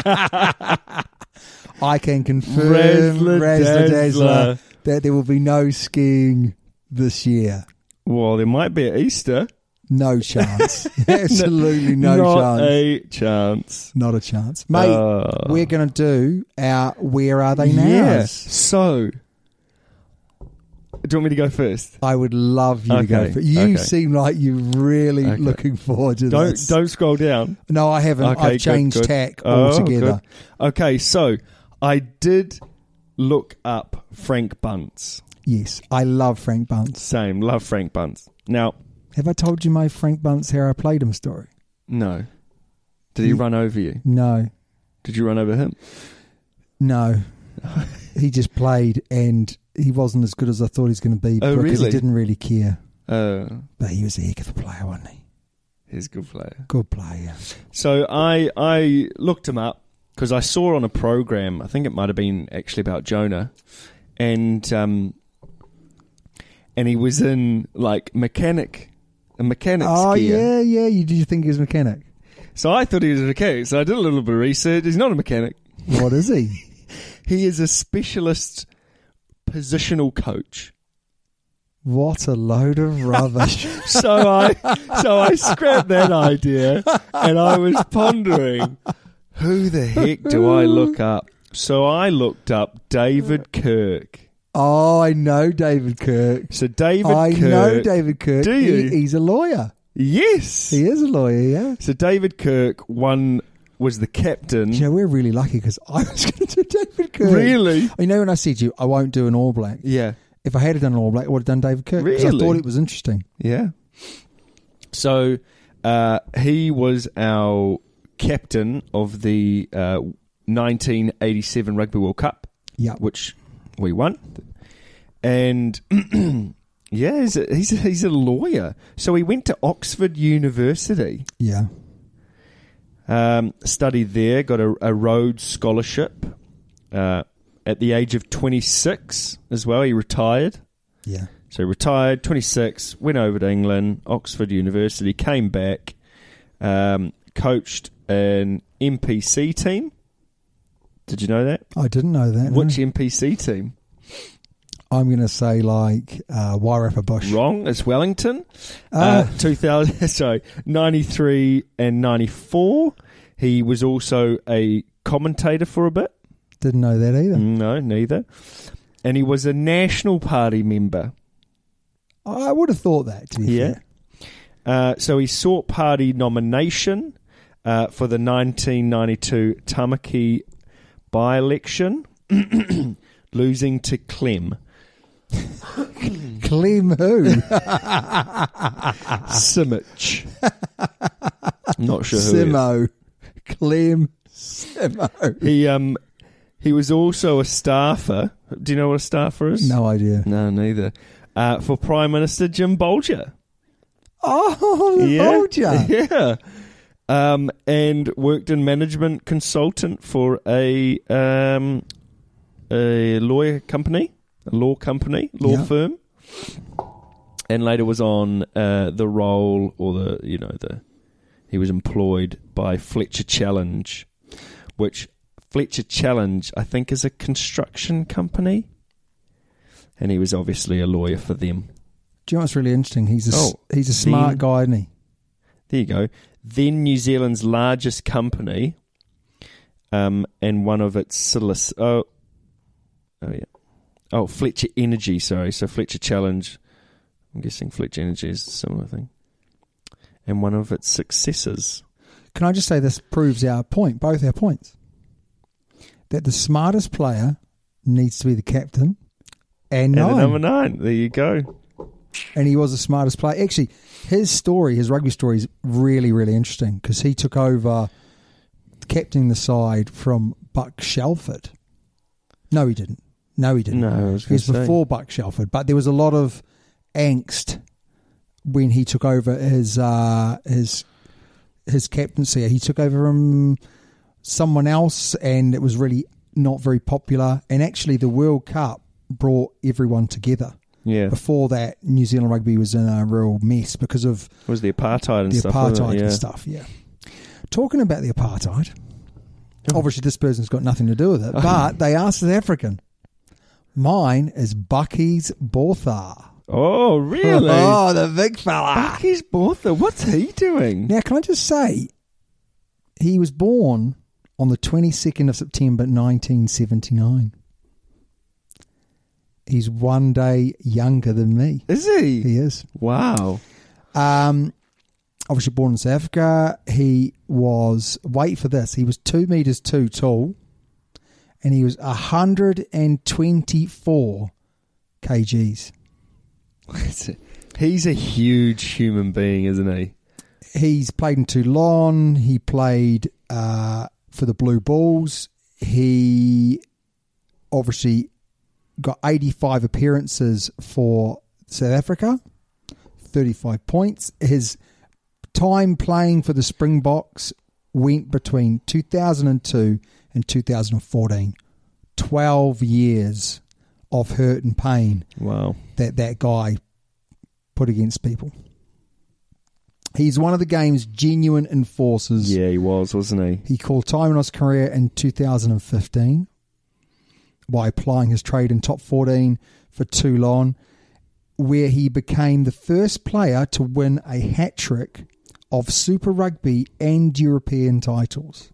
I can confirm, Razzler Razzler Dazzler, Dazzler. that there will be no skiing this year. well, there might be at Easter. No chance. Absolutely no Not chance. a chance. Not a chance. Mate, Oh. we're going to do our Where Are They Now? Yeah. So, do you want me to go first? I would love you to go Okay, for You okay. seem like you're really Okay. looking forward to Don't this. don't scroll down. No, I haven't. Okay, I've changed good, good. tack Oh, altogether. good. Okay, so I did look up Frank Bunce. Yes, I love Frank Bunce. Same, love Frank Bunce. Now, Have I told you my Frank Bunce how I played him story? no. Did he You- run over you? No, Did you run over him? no. he just played and he wasn't as good as I thought he was going to be Oh, because he really? didn't really care. Uh, But he was a heck of a player, wasn't he? he's a good player. Good player. So I I looked him up because I saw on a program. I think it might have been actually about Jonah, and um, and he was in like mechanic, a mechanic's Oh gear. yeah, yeah. You do you think he was a mechanic? So I thought he was a mechanic. So I did a little bit of research. He's not a mechanic. What is he? He is a specialist positional coach. what a load of rubbish! So I so I scrapped that idea and I was pondering who the heck do I look up? So I looked up David Kirk. oh, I know David Kirk. So David I Kirk. know David Kirk. Do He- you? he's a lawyer. Yes. He is a lawyer. Yeah. So David Kirk one was the captain. You know, we're really lucky because I was going to do David Kirk. Really? You know, when I said to you, I won't do an All Black. Yeah. If I had done an All Black, I would have done David Kirk. 'cause I Really? thought it was interesting. Yeah. So uh, he was our captain of the uh, 1987 Rugby World Cup, Yeah. which we won. And yeah, he's a, he's, a, he's a lawyer. So he went to Oxford University, Yeah. um, studied there, got a, a Rhodes Scholarship uh, at the age of 26 as well. He retired. Yeah. So retired, 26, went over to England, Oxford University, came back, um, coached an MPC team. Did you know that? I didn't know that. Which no. MPC team? I'm going to say like uh, Wairapa Bush. Wrong. It's Wellington. Ah. Uh, 2000, sorry, 93 and 94. He was also a commentator for a bit. Didn't know that either. No, neither. And he was a National Party member. I would have thought that. To be Yeah. fair. Uh, so he sought party nomination uh, for the 1992 Tamaki by election, losing to Clem. Clem who? Simich. I'm not sure who it is. Simo. Clem Simo. He um he was also a staffer. Do you know what a staffer is? No idea. No, neither. Uh, for Prime Minister Jim Bolger. Oh, the Yeah. vulture. Yeah. Um, and worked in management consultant for a um, a lawyer company, a law company, law Yeah. firm. And later was on uh, the role or the you know the he was employed by Fletcher Challenge, which Fletcher Challenge I think is a construction company. And he was obviously a lawyer for them. Do you know what's really interesting? He's a, s- Oh, he's a smart the- guy, isn't he? There you go. Then New Zealand's largest company, um, and one of its solic- oh, oh yeah, oh Fletcher Energy. Sorry, so Fletcher Challenge. I'm guessing Fletcher Energy is a similar thing, and one of its successors. Can I just say this proves our point, both our points, that the smartest player needs to be the captain and And the nine. number nine. There you go. and he was the smartest player. Actually, his story, his rugby story, is really, really interesting because he took over captaining the side from Buck Shelford. No, he didn't. No, he didn't. No, I was he was gonna say. before Buck Shelford, but there was a lot of angst when he took over his uh, his his captaincy. He took over from someone else, and it was really not very popular. And actually, the World Cup brought everyone together Yeah, before that, New Zealand rugby was in a real mess because of was the apartheid and the stuff. wasn't it? apartheid Yeah. and stuff. Yeah. Talking about the apartheid, obviously this person's got nothing to do with it, but they are South African. Mine is Bucky's Borthar. Oh, really? Oh, the big fella. Bucky's Bortha. What's he doing? Now, can I just say, he was born on the 22nd of September 1979. He's one day younger than me. Is he? He is. Wow. Um, obviously born in South Africa. He was wait for this. He was two meters two tall, and he was hundred and twenty four kgs. He's a huge human being, isn't he? He's played in Toulon. He played uh, for the Blue Bulls. He obviously got eighty five appearances for South Africa. 35 points. His time playing for the Springboks went between 2002 and 2014. 12 years of hurt and pain Wow. that that guy put against people. He's one of the game's genuine enforcers. Yeah, he was, wasn't he? He called time on his career in 2015 by applying his trade in top 14 for Toulon, where he became the first player to win a hat trick of Super Rugby and European titles.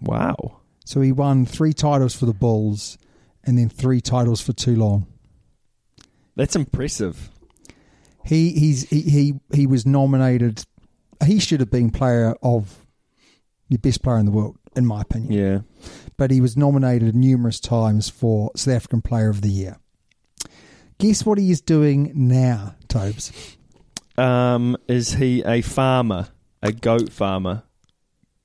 Wow. So he won three titles for the Bulls and then three titles for Toulon. That's impressive. He he's he he, he was nominated. He should have been player of the best player in the world, in my opinion. Yeah. but he was nominated numerous times for South African Player of the Year. Guess what he is doing now, Tobes? Um, is he a farmer? A goat farmer?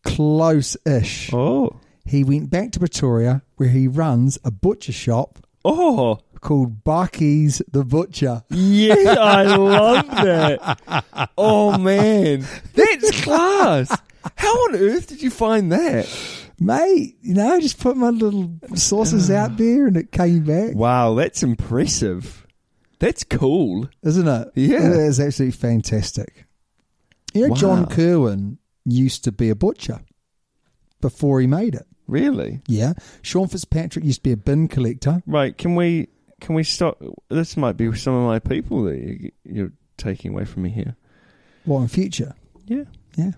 Close ish. Oh. He went back to Pretoria where he runs a butcher shop Oh. called Bucky's the Butcher. Yeah, I love that. Oh man. That's class. How on earth did you find that? Mate, you know, just put my little sauces out there and it came back, Wow, that's impressive. That's cool. isn't it? Yeah. It is absolutely fantastic. You know, John Wow. Kerwin used to be a butcher before he made it. Really? Yeah. Sean Fitzpatrick used to be a bin collector. Right, can we can we stop this might be some of my people that you, you're taking away from me here. What in future? Yeah. Yeah.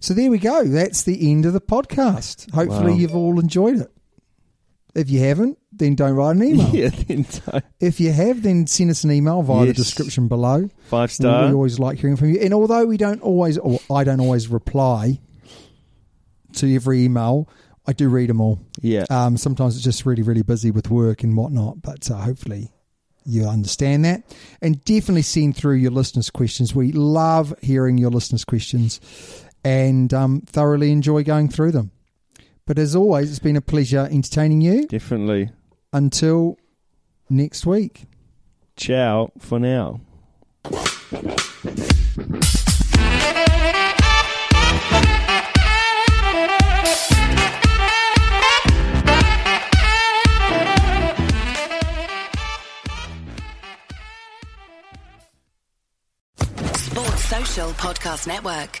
So there we go. That's the end of the podcast. Hopefully Wow. you've all enjoyed it. If you haven't, then don't write an email. Yeah, then don't. If you have, then send us an email via Yes. the description below. Five star. We always like hearing from you. And although we don't always, or I don't always reply to every email, I do read them all. Yeah. Um, sometimes it's just really, really busy with work and whatnot. But uh, hopefully you understand that. And definitely send through your listeners' questions. We love hearing your listeners' questions and um, thoroughly enjoy going through them. But as always, it's been a pleasure entertaining you. Definitely. Until next week. Ciao for now. Sports Social Podcast Network.